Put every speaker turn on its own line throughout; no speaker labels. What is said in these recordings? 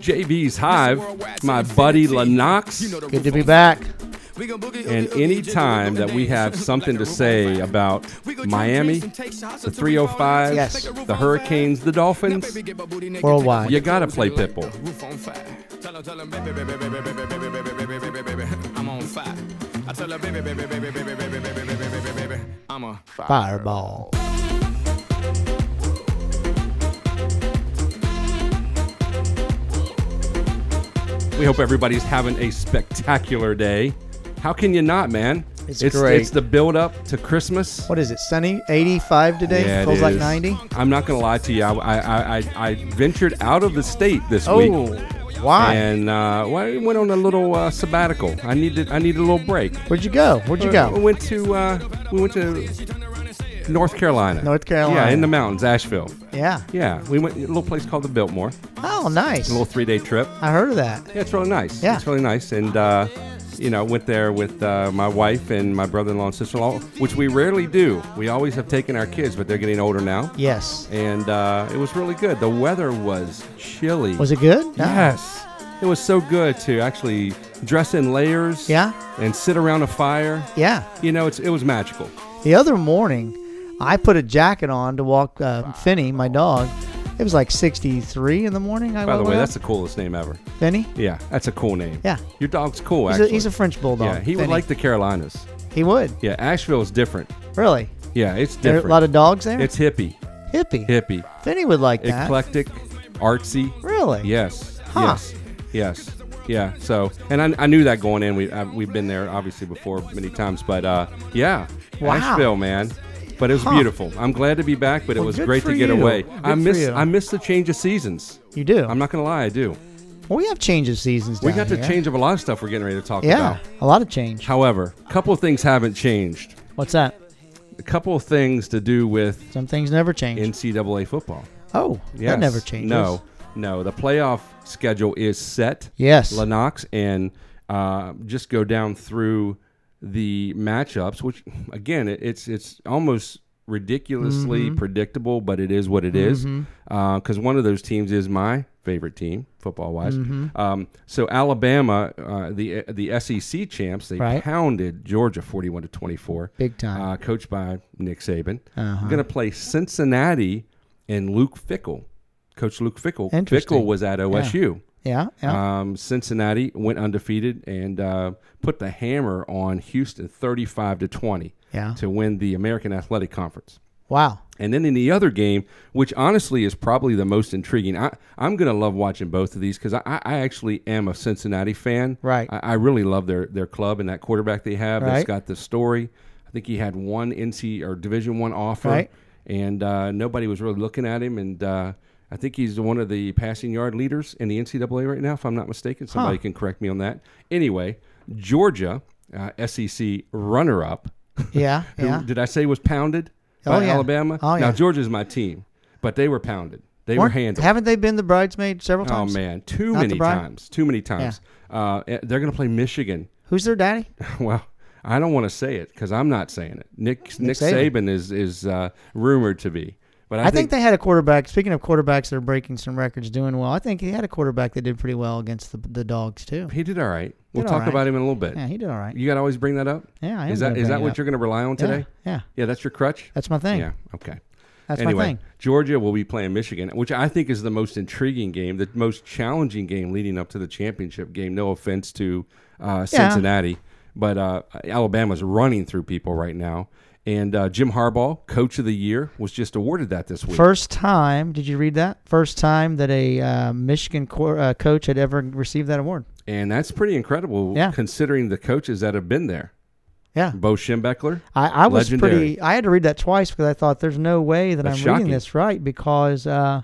JV's Hive, my buddy Lennox.
Good to be back.
And any time that we have something to say about Miami, the 305,
Yes.
the Hurricanes, the Dolphins,
Worldwide.
you gotta play Pitbull.
Roof on fire. Tell her, tell her, baby, baby, baby, baby, baby, baby, baby, baby, baby, baby, I'm on fire. I tell her, baby, baby, baby, baby, baby, baby, baby, baby, baby, baby, I'm a fire.
Fireball.
We hope everybody's having a spectacular day. How can you not, man?
It's great.
It's the build up to Christmas.
What is it? Sunny? 85 today?
Yeah, it
Feels like
is.
90?
I'm not gonna lie to you. I I, I, I ventured out of the state this
Oh,
week.
why?
And uh, well, I went on a little uh, sabbatical. I needed I needed a little break.
Where'd you go? Where'd you
We
go?
went to uh, we went to North Carolina.
North Carolina.
Yeah, in the mountains, Asheville.
Yeah.
Yeah, we went a little place called the Biltmore.
Oh, nice.
A little three day trip.
I heard of that.
Yeah, it's really nice.
Yeah.
it's really nice. And uh, you know, went there with uh, my wife and my brother-in-law and sister-in-law, which we rarely do. We always have taken our kids, but they're getting older now.
Yes.
And uh, it was really good. The weather was chilly.
Was it good? No.
Yes. It was so good to actually dress in layers.
Yeah.
And sit around a fire.
Yeah.
You know, it's it was magical.
The other morning, I put a jacket on to walk uh, Finney, my dog. It was like 63 in the morning. I
By the
went
way,
out.
that's the coolest name ever.
Finney.
Yeah, that's a cool name.
Yeah.
Your dog's cool,
He's a,
actually.
he's a French bulldog.
Yeah, he would
Finney.
like the Carolinas.
He would.
Yeah, Asheville's different.
Really.
Yeah, it's
There are
different.
a lot of dogs there.
it's hippie,
hippie.
hippie,
Finney would like that.
eclectic, artsy.
Really?
Yes.
Huh.
Yes. Yes. Yeah. So, and I, I knew that going in. We I, we've been there obviously before many times, but uh, yeah,
Wow.
Asheville, man. But it was
Huh.
beautiful. I'm glad to be back, but it
Well,
was
good
great
for
to get
you.
away.
Good
I
for
miss
you.
I miss the change of seasons.
You do.
I'm not gonna lie, I do.
well, we have change of seasons.
We
down
got the
here.
change of a lot of stuff we're getting ready to talk
Yeah,
about.
a lot of change.
However, a couple of things haven't changed.
What's that?
A couple of things to do with
Some things never change.
NCAA football.
oh,
Yes.
that never changes.
No, no. The playoff schedule is set.
Yes.
Lennox and uh, just go down through the matchups, which again, it, it's it's almost ridiculously
Mm-hmm.
predictable, but it is what it is. Because one of those teams is my favorite team, football wise.
Mm-hmm.
Um, so Alabama, uh, the the SEC champs, they
Right.
pounded Georgia forty one to twenty four,
Big time. Uh-huh.
uh, coached by Nick Saban. Going to play Cincinnati and Luke Fickle. Coach Luke Fickle.
Interesting.
Fickle was at OSU.
Yeah. yeah.
Um, Cincinnati went undefeated and uh, put the hammer on Houston, thirty-five to twenty,
Yeah.
to win the American Athletic Conference.
wow.
And then in the other game, which honestly is probably the most intriguing, I, I'm going to love watching both of these because I, I I actually am a Cincinnati fan.
Right.
I, I really love their their club and that quarterback they have. That's
Right.
got the story. I think he had one NC or Division One offer,
Right.
and uh, nobody was really looking at him. And uh, I think he's one of the passing yard leaders in the NCAA right now, if I'm not mistaken. Somebody can correct me on that. Anyway, Georgia, uh, SEC runner up.
Yeah.
Who-
Yeah.
Did I say was pounded
Oh,
by
yeah.
Alabama?
Oh, yeah.
Now Georgia's my team, but they were pounded. They were
Weren't-
handled.
Haven't they been the bridesmaid several
Oh
times?
man, too
Not the
many
Bri-
times. Too many times. Uh, eh, they're going to play Michigan.
Who's their daddy?
well, I don't want to say it because I'm not saying it. Nick Nick, Saban.
Saban.
is is uh, rumored to be, but I,
I, think, they had a quarterback. Speaking of quarterbacks that are breaking some records, doing well. I think he had a quarterback that did pretty well against the, the dogs too.
he did all right. We'll
Did
talk
all right.
about him in a little bit.
Yeah, he did all right.
You got to always bring that up.
Yeah, I am
is that
gonna
is
bring
that
it
what
up.
you're going to rely on
Yeah,
today?
Yeah,
Yeah, that's your crutch.
that's my thing.
Yeah. Okay.
That's my
anyway,
thing.
Georgia will be playing Michigan, which I think is the most intriguing game, the most challenging game leading up to the championship game. No offense to uh,
Yeah.
Cincinnati, but uh, Alabama's running through people right now. And uh, Jim Harbaugh, Coach of the Year, was just awarded that this week.
First time, did you read that? First time that a uh, Michigan cor- uh, coach had ever received that award.
and that's pretty incredible
Yeah.
considering the coaches that have been there.
Yeah,
Bo Schembechler.
I, I was
Hmm. legendary.
pretty. I had to read that twice because I thought there's no way that
That's
I'm
shocking.
reading this right because uh,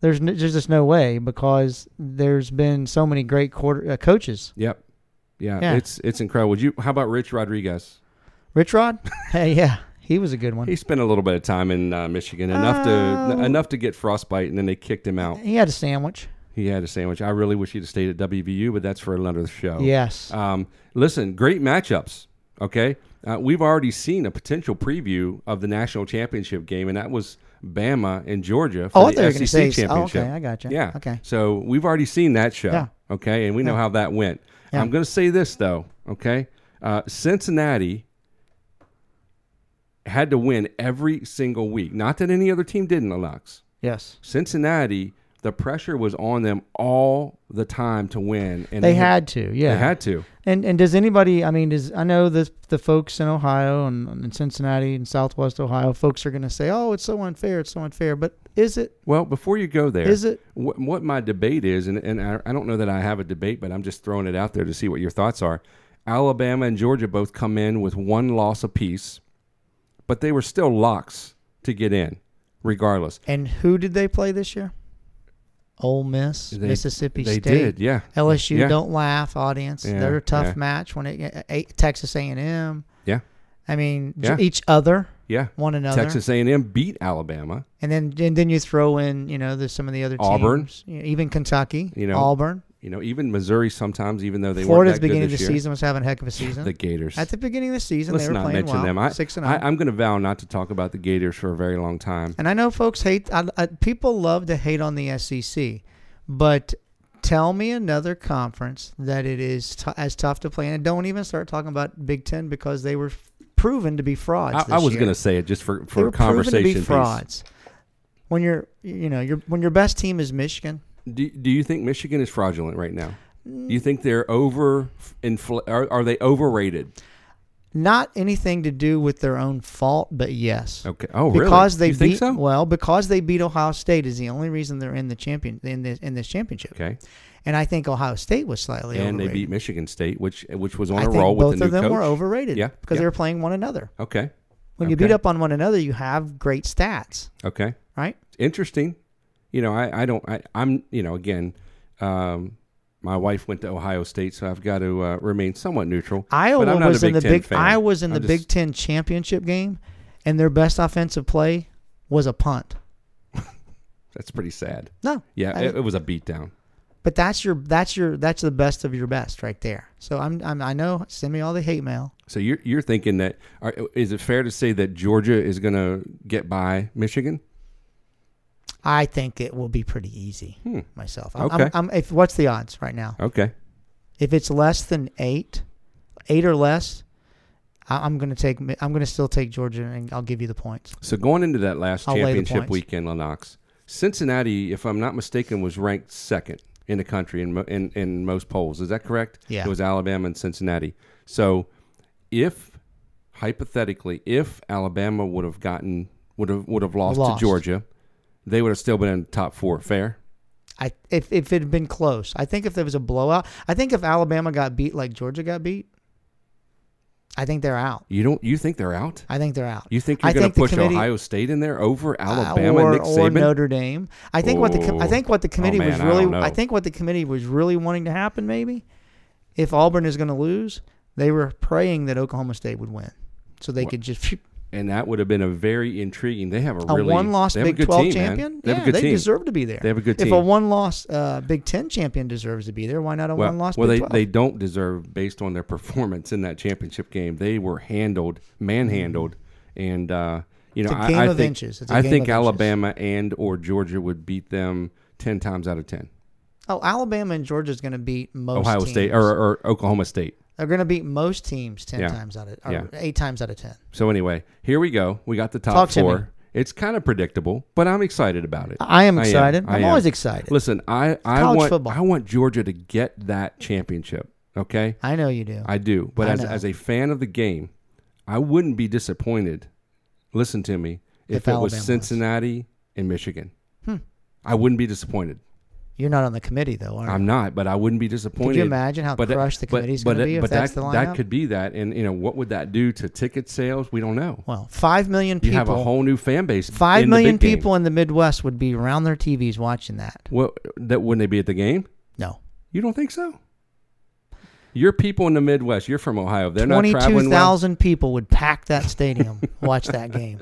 there's n there's just no way because there's been so many great quarter uh, coaches.
Yep. Yeah,
Yeah.
it's it's incredible. You, how about Rich Rodriguez?
Rich Rod, hey, yeah, he was a good one.
He spent a little bit of time in uh, Michigan, enough to
Oh.
enough to get frostbite, and then they kicked him out.
he had a sandwich.
He had a sandwich. I really wish he'd have stayed at WVU, but that's for another show.
Yes.
Um, listen, great matchups. Okay, uh, we've already seen a potential preview of the national championship game, and that was Bama and Georgia for
Oh, I
the
thought you were
SEC
going to say. Oh,
championship.
okay, I got you.
Yeah.
Okay.
So we've already seen that show.
Yeah.
Okay, and we know how that went.
Yeah.
I'm going to say this though. Okay, uh, Cincinnati had to win every single week. Not that any other team didn't, Alex.
Yes.
Cincinnati, the pressure was on them all the time to win, and
They had to. Yeah.
They had to.
And and does anybody? I mean, does I know the the folks in Ohio and, and Cincinnati and Southwest Ohio folks are going to say, "Oh, it's so unfair. It's so unfair." But is it?
Well, before you go there,
Is it-
what, what my debate is? And, and I, I don't know that I have a debate, but I'm just throwing it out there to see what your thoughts are. Alabama and Georgia both come in with one loss apiece, but they were still locks to get in, regardless.
And who did they play this year? Ole Miss,
They-
Mississippi
they
State.
did, yeah.
LSU,
Yeah.
don't laugh, audience.
Yeah,
They're a tough
yeah.
match when it a, Texas A and M.
Yeah,
I mean, j-
Yeah.
each other,
yeah.
one another,
Texas A&M beat Alabama.
and then and then you throw in, you know, there's some of the other
Auburn.
teams, You know, even Kentucky,
You know,
Auburn.
You know, even Missouri sometimes, even though they
Florida's
weren't that
beginning
good
of
this year.
the season was having a heck of a season.
The Gators.
At the beginning of the season,
Let's
they were
not
playing
mention
well,
them. I,
six and
I,
oh.
I'm going to vow not to talk about the Gators for a very long time.
And I know folks hate. I, I, people love to hate on the SEC, but tell me another conference that it is t- as tough to play. in. And don't even start talking about Big Ten because they were proven to be frauds.
I, I was
going
going to say it just for
they
for
were
conversation.
proven to be
piece.
frauds. When you're, you know, you when your best team is Michigan,
Do, do you think Michigan is fraudulent right now? Do you think they're over infl- are, are they overrated?
not anything to do with their own fault, but yes.
Okay. Oh, really?
Because they
You
beat
think so?
well, because they beat Ohio State is the only reason they're in the champion in this in this championship.
okay.
And I think Ohio State was slightly
And they
overrated.
beat Michigan State, which which was on
I
a
think
roll
both
with the new
of them
coach.
were overrated.
Yeah,
because
yeah.
they were playing one another.
Okay.
When you
Okay.
beat up on one another, you have great stats,
Okay.
right?
Interesting. You know, I, I don't I, I'm you know again, um, my wife went to Ohio State, so I've got to uh, remain somewhat neutral. but
Iowa
I'm not
was
a
in the
Ten
Big
fan.
I was in the
I'm
Big
just-
Ten championship game, and their best offensive play was a punt.
That's pretty sad.
No,
Yeah,
I
it,
mean-
it was a beatdown.
but that's your that's your that's the best of your best right there. So I'm, I'm I know send me all the hate mail.
So you're you're thinking that are, is it fair to say that Georgia is going to get by Michigan?
I think it will be pretty easy myself. I'm,
Hmm. Okay.
I'm, I'm, if what's the odds right now?
Okay.
If it's less than eight, eight or less, I, I'm going to take. Mi- I'm going to still take Georgia, and I'll give you the points.
So going into that last
I'll lay the
championship
points.
weekend, Lennox, Cincinnati, if I'm not mistaken, was ranked second in the country in, mo- in in most polls. Is that correct?
Yeah.
It was Alabama and Cincinnati. So if hypothetically, if Alabama would have gotten would have would have lost,
Lost.
to Georgia, they would have still been in the top four. Fair.
I if if it had been close, I think if there was a blowout, I think if Alabama got beat like Georgia got beat, I think they're out.
You don't you think they're out?
I think they're out.
You think
I
you're going
think
to
the
push
committee-
Ohio State in there over
Uh,
Alabama,
or,
Nick
or
Saban?
Notre Dame. I think what the com- I
Ooh.
think what the
Oh,
committee was
man, I don't
really
know.
I, think what the committee was really wanting to happen maybe if Auburn is going to lose, they were praying that Oklahoma State would win so they could just
and that would have been a very intriguing. They have a
a
really
one-loss
they have a
Big
good
12
team, man.
champion.
They
yeah,
have a good
they
team.
deserve to be there.
They have a good
If a
team.
one-loss uh, Big 10 champion deserves to be there, why not a one-loss
well
Big
they,
12?
they don't deserve based on their performance in that championship game. They were handled, manhandled, and uh, you know
It's a
I-
game
I,
of
think
inches. It's a
I
game
think
of inches.
Alabama and or Georgia would beat them ten times out of ten.
Oh, Alabama and Georgia's going to beat most
Ohio
teams.
State or, or Oklahoma State.
they're going to beat most teams 10
Yeah.
times out of or
Yeah.
8 times out of 10.
So anyway, here we go. We got the top
Talk to me.
four. It's kind of predictable, but I'm excited about it.
I am excited.
I
I'm
am.
always excited.
Listen, I, I
college
want
football.
I want Georgia to get that championship. Okay,
I know you do.
I do. But
I
as
know.
as a fan of the game, I wouldn't be disappointed. Listen to me. If, it was
If Alabama Hmm. wins.
Cincinnati and Michigan, I wouldn't be disappointed.
You're not on the committee though, are you?
I'm not, but I wouldn't be disappointed.
imagine how
that-
crushed the committee's
but,
gonna
that-
be if
but
that's
that,
the lineup?
that could be that, and you know what would that do to ticket sales? We don't know.
Well, five million
You
people.
have a whole new fan base.
five
in the
million
big game.
people in the Midwest would be around their TVs watching that.
Well, that wouldn't they be at the game?
No,
You don't think so? Your people in the Midwest. You're from Ohio. They're not
twenty-two
traveling well.
thousand people would pack that stadium, watch that game.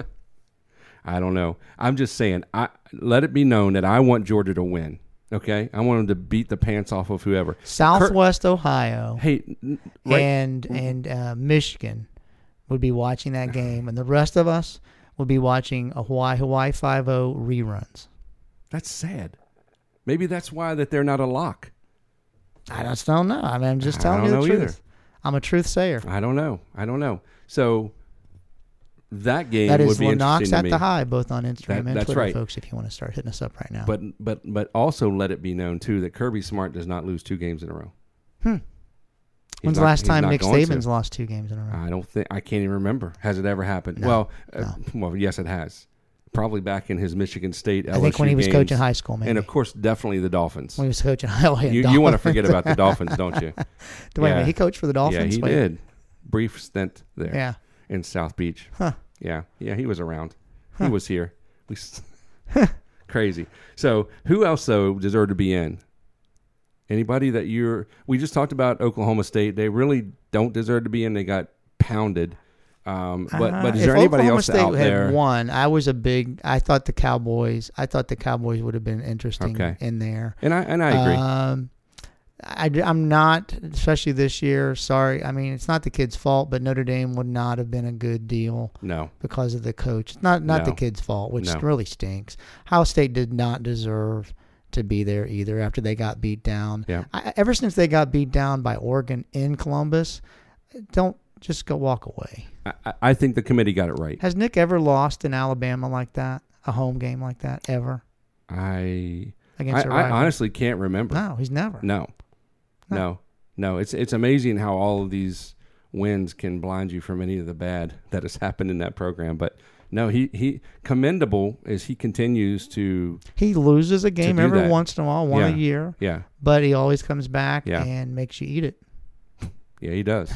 I don't know. I'm just saying. I let it be known that I want Georgia to win. Okay, I want them to beat the pants off of whoever.
Southwest Ohio
Cur- hey, n- right, Mm-hmm.
and and uh, Michigan would be watching that game, and the rest of us will be watching a Hawaii Hawaii Five O reruns.
That's sad. Maybe that's why that they're not a lock.
I just don't know. I mean, I'm just
I
telling
don't
you the
know
truth.
either.
I'm a truth sayer.
I don't know. I don't know. So that game
That
would
is
be
Lennox
interesting
at
to me.
the high, both on Instagram
That-
and
that's
Twitter,
right.
folks. If you want to start hitting us up right now,
But but but also let it be known too that Kirby Smart does not lose two games in a row. Hmm.
when's the last time Nick Saban's lost two games in a row?
I don't think I can't even remember. Has it ever happened? well, uh, well, yes, it has. Probably back in his Michigan State. LSU
I think when he was
games.
coaching high school, maybe.
and of course, definitely the Dolphins.
when he was coaching LA,
You, you want to forget about the Dolphins, don't you?
Wait, a minute,
yeah.
he coached for the
yeah,
Dolphins.
he
Wait.
did. Brief stint there.
Yeah.
in South Beach.
Huh.
Yeah, yeah, he was around. He was here. We s- crazy. So, who else though deserved to be in? Anybody that you're? We just talked about Oklahoma State. They really don't deserve to be in. They got pounded. Um, but
Uh,
but is
if
there anybody
Oklahoma
else
State
out
had
there?
One, I was a big. I thought the Cowboys. I thought the Cowboys would have been interesting
Okay.
in there.
And I and I agree.
Um, I, am not, especially this year. Sorry, I mean it's not the kid's fault, but Notre Dame would not have been a good deal
no,
because of the coach. It's Not not the
No.
kid's fault, which
No.
really stinks. Ohio State did not deserve to be there either after they got beat down.
Yeah.
I, ever since they got beat down by Oregon in Columbus, don't just go walk away.
I, I- I think the committee got it right.
Has Nick ever lost in Alabama like that? A home game like that ever
I I,
against a
I
rival?
honestly can't remember.
no, he's never.
No.
No.
No. No. It's it's amazing how all of these wins can blind you from any of the bad that has happened in that program. But no, he, he commendable is he continues to
He loses a game
do
every
that.
once in a while, one
Yeah.
a year,
yeah,
but he always comes back
Yeah.
and makes you eat it.
yeah, he does.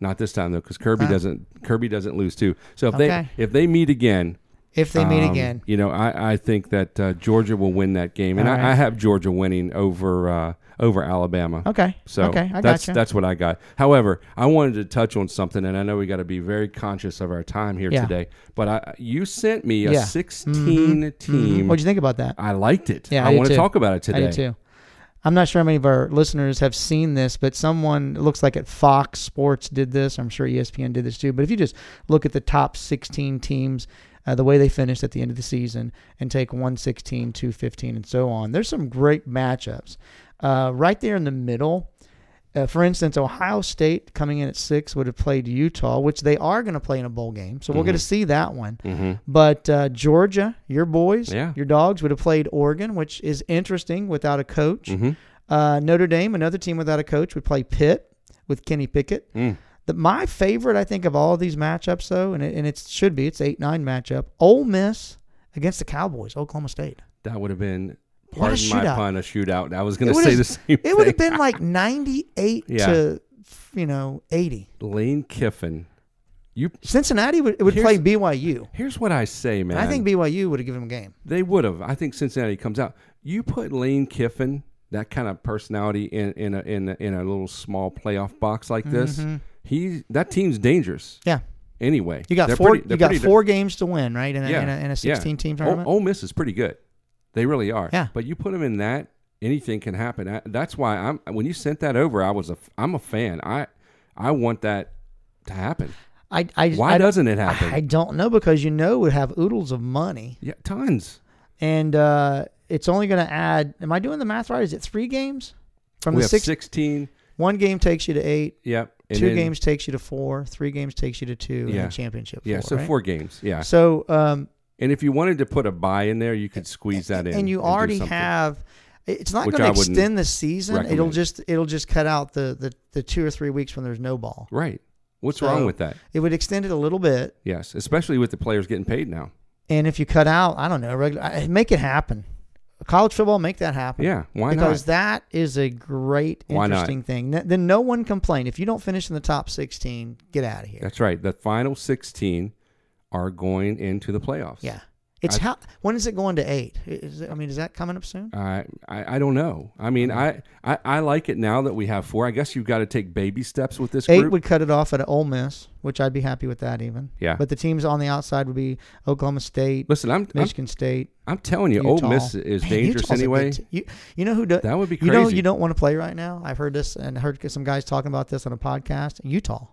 Not this time though, because Kirby
Uh.
doesn't Kirby doesn't lose too. So if
Okay.
they if they meet again,
If they meet
um,
again,
you know I, I think that uh, Georgia will win that game, and
All right.
I, I have Georgia winning over uh, over Alabama.
okay,
So
okay, I
that's
gotcha.
that's what I got. However, I wanted to touch on something, and I know we got to be very conscious of our time here
Yeah.
today. But I, you sent me a
Yeah.
16
Mhm.
team.
What'd you think about that?
I liked it.
Yeah, I
I,
did
want
too.
to talk about it
I
today.
do too. I'm not sure how many of our listeners have seen this, but someone it looks like at Fox Sports did this. I'm sure E ESPN did this too. But if you just look at the top 16 teams, uh, the way they finished at the end of the season, and take 116, 215, and so on, there's some great matchups. Uh, right there in the middle, uh, for instance, Ohio State coming in at six would have played Utah, which they are going to play in a bowl game. So we'll
Mm-hmm.
get to see that one. But uh, Georgia, your boys,
Yeah.
your dogs would have played Oregon, which is interesting without a coach.
Mm. mm-hmm.
Uh, Notre Dame, another team without a coach, would play Pitt with Kenny Pickett.
Mm.
The, my favorite, I think, of all these matchups, though, and it, and it should be, it's 8 9 matchup Ole Miss against the Cowboys, Oklahoma State.
That would have been,
What a
pardon my
shootout.
pun, a shootout. I was
It
going to
would
say
have-
the same
It would have
thing.
been like 98
Yeah.
to, you know, 80.
Lane Kiffin. You.
Cincinnati would, it would play
Here's-
BYU.
Here's what I say, man.
And I think BYU would have given him a game.
They would have. I think Cincinnati comes out. You put Lane Kiffin, that kind of personality, in in a, in a, in a little small playoff box like this.
Mm-hmm.
He that team's dangerous
Yeah.
anyway.
You got
They're
four.
pretty- they're
you got
pretty-
four games to win, right? In a,
Yeah,
in a, in
yeah.
a sixteen team
O-
tournament.
Ole Miss is pretty good. They really are.
Yeah.
But you put them in that, anything can happen. I, that's why I'm when you sent that over, I was a f- I'm a fan. I I want that to happen.
I, I
Why
I,
doesn't it happen?
I don't know because you know we have oodles of money,
yeah, tons.
and uh, it's only going to add. Am I doing the math right? Is it three games from
we
the
have
six?
sixteen.
One game takes you to eight.
Yep. and
two
then-
games takes you to four. Three games takes you to two. And
Yeah.
then championship.
Yeah,
four,
so
right?
four uh, games. Yeah.
So um,
And if you wanted to put a buy in there, you could squeeze that in.
and you
do
already
something.
have. It's not
Which
going
I
to
wouldn't
extend the season. It'll
recommend.
just it'll just cut out the, the the two or three weeks when there's no ball.
Right. What's
So-
wrong with that?
It would extend it a little bit,
Yes, especially with the players getting paid now.
And if you cut out, I don't know, regular, I- make it happen. College football, make that happen.
Yeah, why
because
not?
that is a great,
Why not?
interesting thing. Th- Then no one complain if you don't finish in the top sixteen. Get out of here.
That's right. The final 16 are going into the playoffs.
yeah, it's
I-
how. When is it going to eight? Is it, I mean, is that coming up soon?
I, I, I don't know. I mean,
Mm-hmm.
I, I, I like it now that we have four. I guess you've got to take baby steps with this
Eight
group.
would cut it off at Ole Miss, which I'd be happy with that even.
Yeah.
But the teams on the outside would be Oklahoma State,
Listen, I'm, I'm,
Michigan State,
I'm telling you,
Utah.
Ole Miss is
Man,
dangerous
Utah's a good
anyway.
t- you, you know who does?
That would be
You know
crazy.
you don't want to play right now. I've heard this and heard some guys talking about this on a podcast. Utah.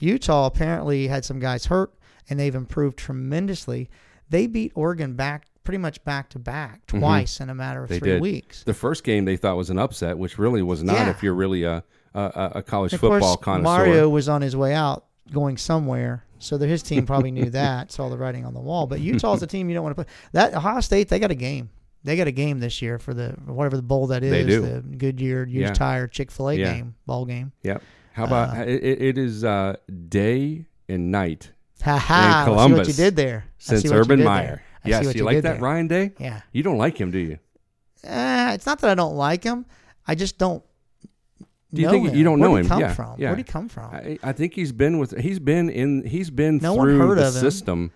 Utah apparently had some guys hurt, and they've improved tremendously. They beat Oregon back pretty much back to back twice in a matter of
Mm-hmm. They
three
did.
weeks.
The first game they thought was an upset, which really was not.
Yeah.
If you're really a a- a, a college
of
football
course,
connoisseur,
Mario was on his way out, going somewhere, so that his team probably knew that, saw the writing on the wall. But Utah's a team you don't want to play. That Ohio State, they got a game. They got a game this year for the whatever the bowl that is,
They do.
the Goodyear used
Yeah.
tire Chick Fil A
Yeah.
game, ball game.
Yep. How about it, it- it is uh, day and night
Ha ha! I see what you
Columbus,
did there. I
since
see what you
Urban
did
Meyer.
there. I
Yes,
see what
you, like
did
that,
there.
Ryan Day?
Yeah.
You don't like him, do you?
Eh, it's not that I don't like him. I just don't.
Do you
know
think
him.
you don't
Where'd
know
he
him?
Come
Yeah,
from?
yeah.
Where'd he come from?
I, I think he's been with he's been in he's been
No one
through
heard
the
of him.
system.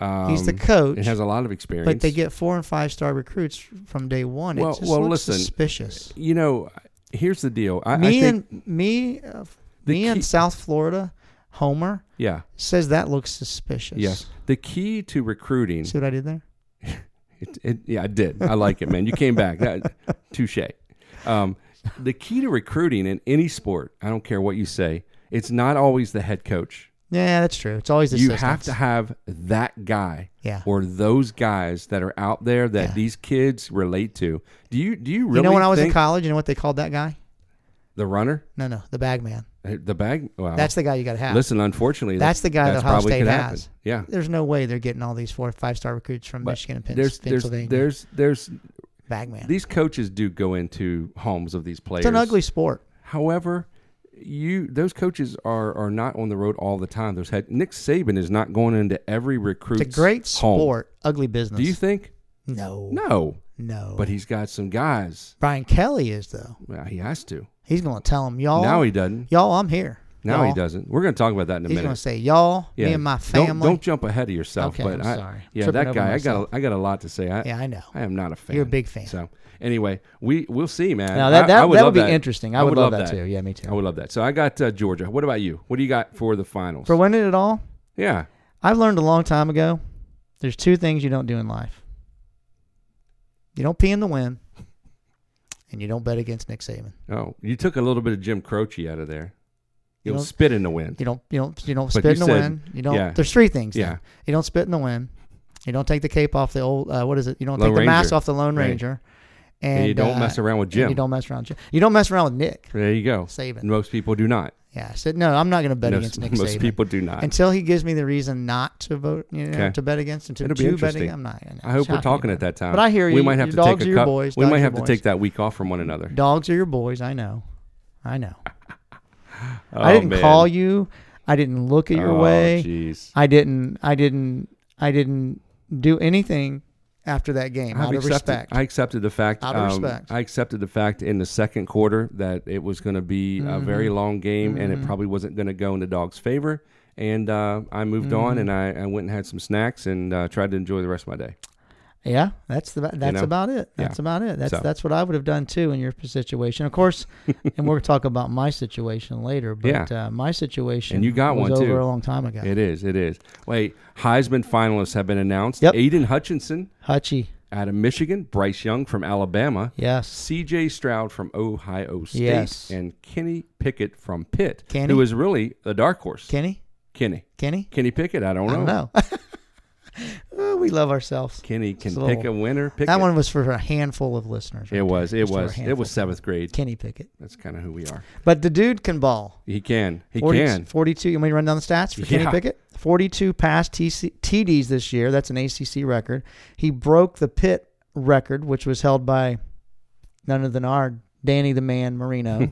Um,
He's the coach,
and has a lot of experience.
but they get four and five star recruits from day one.
Well-
it just
well,
looks
listen,
suspicious.
you know. Here's the deal. I, I
me
think
and me, uh,
the
me
key-
and South Florida, Homer
yeah
says that looks suspicious.
yes the key to recruiting.
See what I did there?
It, it, yeah, I did. I like it, man. You came back. That touche. Um, the key to recruiting in any sport, I don't care what you say, it's not always the head coach.
Yeah, that's true. It's always the
You
assistants.
have to have that guy
Yeah.
or those guys that are out there that
Yeah.
these kids relate to. Do you do you really
you know when I was in
think
college, you know what they called that guy?
the runner,
No, no, the bag man.
Uh, the bag? Wow.
That's the guy you got to have.
Listen, unfortunately,
That's the guy that Ohio
probably
State
could
has.
happen. Yeah.
There's no way they're getting all these four five star recruits from
But
Michigan and Pens-
There's there's
Pennsylvania.
there's there's
Bagman.
these coaches do go into homes of these players.
it's an ugly sport.
However, you those coaches are are not on the road all the time. Those head Nick Saban is not going into every recruit.
It's a great
home.
sport. Ugly business.
Do you think?
no, no,
No, but he's got some guys.
Brian Kelly is though.
Well, he has to.
He's gonna tell him, y'all.
now he doesn't.
y'all, I'm here.
Now he
Y'all.
doesn't. We're going to talk about that in a
He's
minute.
gonna say, y'all, me and my
Don't-
family.
Don't, jump ahead of yourself.
Okay,
but
I'm
I-
sorry.
yeah,
Tripping
that
over
guy. I
myself.
got a, I got a lot to say. I,
yeah, I know.
I am not a fan.
You're a big fan.
So anyway, we we'll see, man.
Now, that-
I- I
that- that would
love
be interesting. I would love that too. Yeah, me too.
I would love that. So I got uh, Georgia. What about you? What do you got for the finals?
For winning it all,
yeah,
I've learned a long time ago. There's two things you don't do in life. You don't pee in the wind, and you don't bet against Nick Saban.
Oh, you took a little bit of Jim Croce out of there.
You
You'll
don't-
spit in the wind.
You don't you don't you don't
But
spit
you
in the
said-
wind. You don't.
yeah.
There's three things.
Yeah.
Yeah. You don't spit in the wind. You don't take the cape off the old. Uh, what is it? You don't
Lone
take the mask
Ranger.
off the Lone
Right.
Ranger. And,
And, you don't
uh,
mess around with
and
Jim.
You don't mess around. Jim. You don't mess around with Nick
there you go.
Saban.
Most people do not.
Yeah. I said no. I'm not going to bet
Most,
against Nick
most
Saban
people do not.
until he gives me the reason not to vote. You know,
Okay.
to bet against him to,
It'll be
to
interesting.
betting. I'm not. I'm not
I hope we're
shocked
talking
about
at that
it.
time.
But I hear you.
We might have
Your
to
dogs
take
are
a
your
cup.
boys.
we
Dogs
might
are
have to
boys.
take that week off from one another.
Dogs are your boys. I know. I know.
Oh,
I didn't
man.
call you. I didn't look at your
Oh,
way.
Jeez.
I didn't. I didn't. I didn't do anything after that game
I've
out of
accepted-
respect.
I accepted the fact.
Out of
um,
respect.
I accepted the fact in the second quarter that it was going to be
Mm-hmm.
a very long game and it probably wasn't going to go in the dogs' favor. And uh, I moved
Mm-hmm.
on and I, I went and had some snacks and uh, tried to enjoy the rest of my day.
yeah, that's the, that's
know?
about it.
Yeah.
That's about it. That's
So.
that's what I would have done too in your situation. Of course, and we'll talk about my situation later. But uh, my situation
And you got
was
one,
over
too.
a long time ago.
It is. It is. Wait, Heisman finalists have been announced.
Yep.
Aiden Hutchinson
Hutchie,
out of Michigan, Bryce Young from Alabama,
yes,
C.J. Stroud from Ohio State,
Yes.
and Kenny Pickett from Pitt,
Kenny?
who is really the dark horse.
Kenny,
Kenny.
Kenny.
Kenny Pickett. I don't know.
I don't know. Oh, we love ourselves.
Kenny can
It's a
pick a
little-
winner. Pick
That
it.
one was for a handful of listeners. right
It was.
there.
It
Just for a
was. It
handful.
was seventh grade.
Kenny Pickett,
That's kind of who we are.
but the dude can ball.
He can. He
40
can.
42. You want me to run down the stats for Kenny
Yeah.
Pickett? 42 pass TC, TDs this year. That's an ACC record. He broke the Pitt record, which was held by none other than our Danny the Man Marino.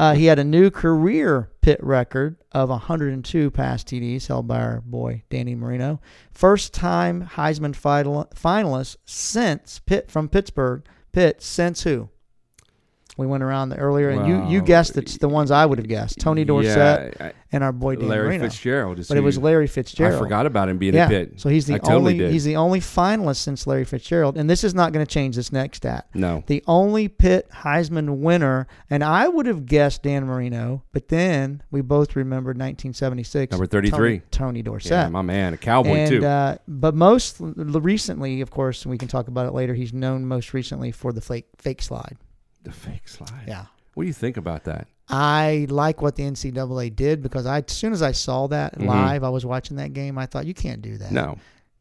uh, he had a new career Pitt record of 102 pass TDs held by our boy Danny Marino. First time Heisman final, finalist since Pitt from Pittsburgh. Pitt since who? We went around the earlier, and you, you
Wow.
guessed it's the ones I would have guessed. Tony Dorsett,
Yeah, I-
and our boy Dan
Larry
Marino.
Fitzgerald. Is
But it
who-
was Larry Fitzgerald.
I forgot about him being
yeah.
a Pitt.
So he's the
I
only
totally did.
he's the only finalist since Larry Fitzgerald, and this is not going to change this next stat.
no.
The only Pitt Heisman winner, and I would have guessed Dan Marino, but then we both remembered 1976.
Number 33.
Tony, Tony Dorsett.
Yeah, my man, a cowboy
and
too.
uh, but most l- recently, of course, and we can talk about it later. He's known most recently for the fake fake slide.
the fake slide.
Yeah,
What do you think about that?
I like what the NCAA did because I, as soon as I saw that
Mhm.
live, I was watching that game. I thought you can't do that.
No,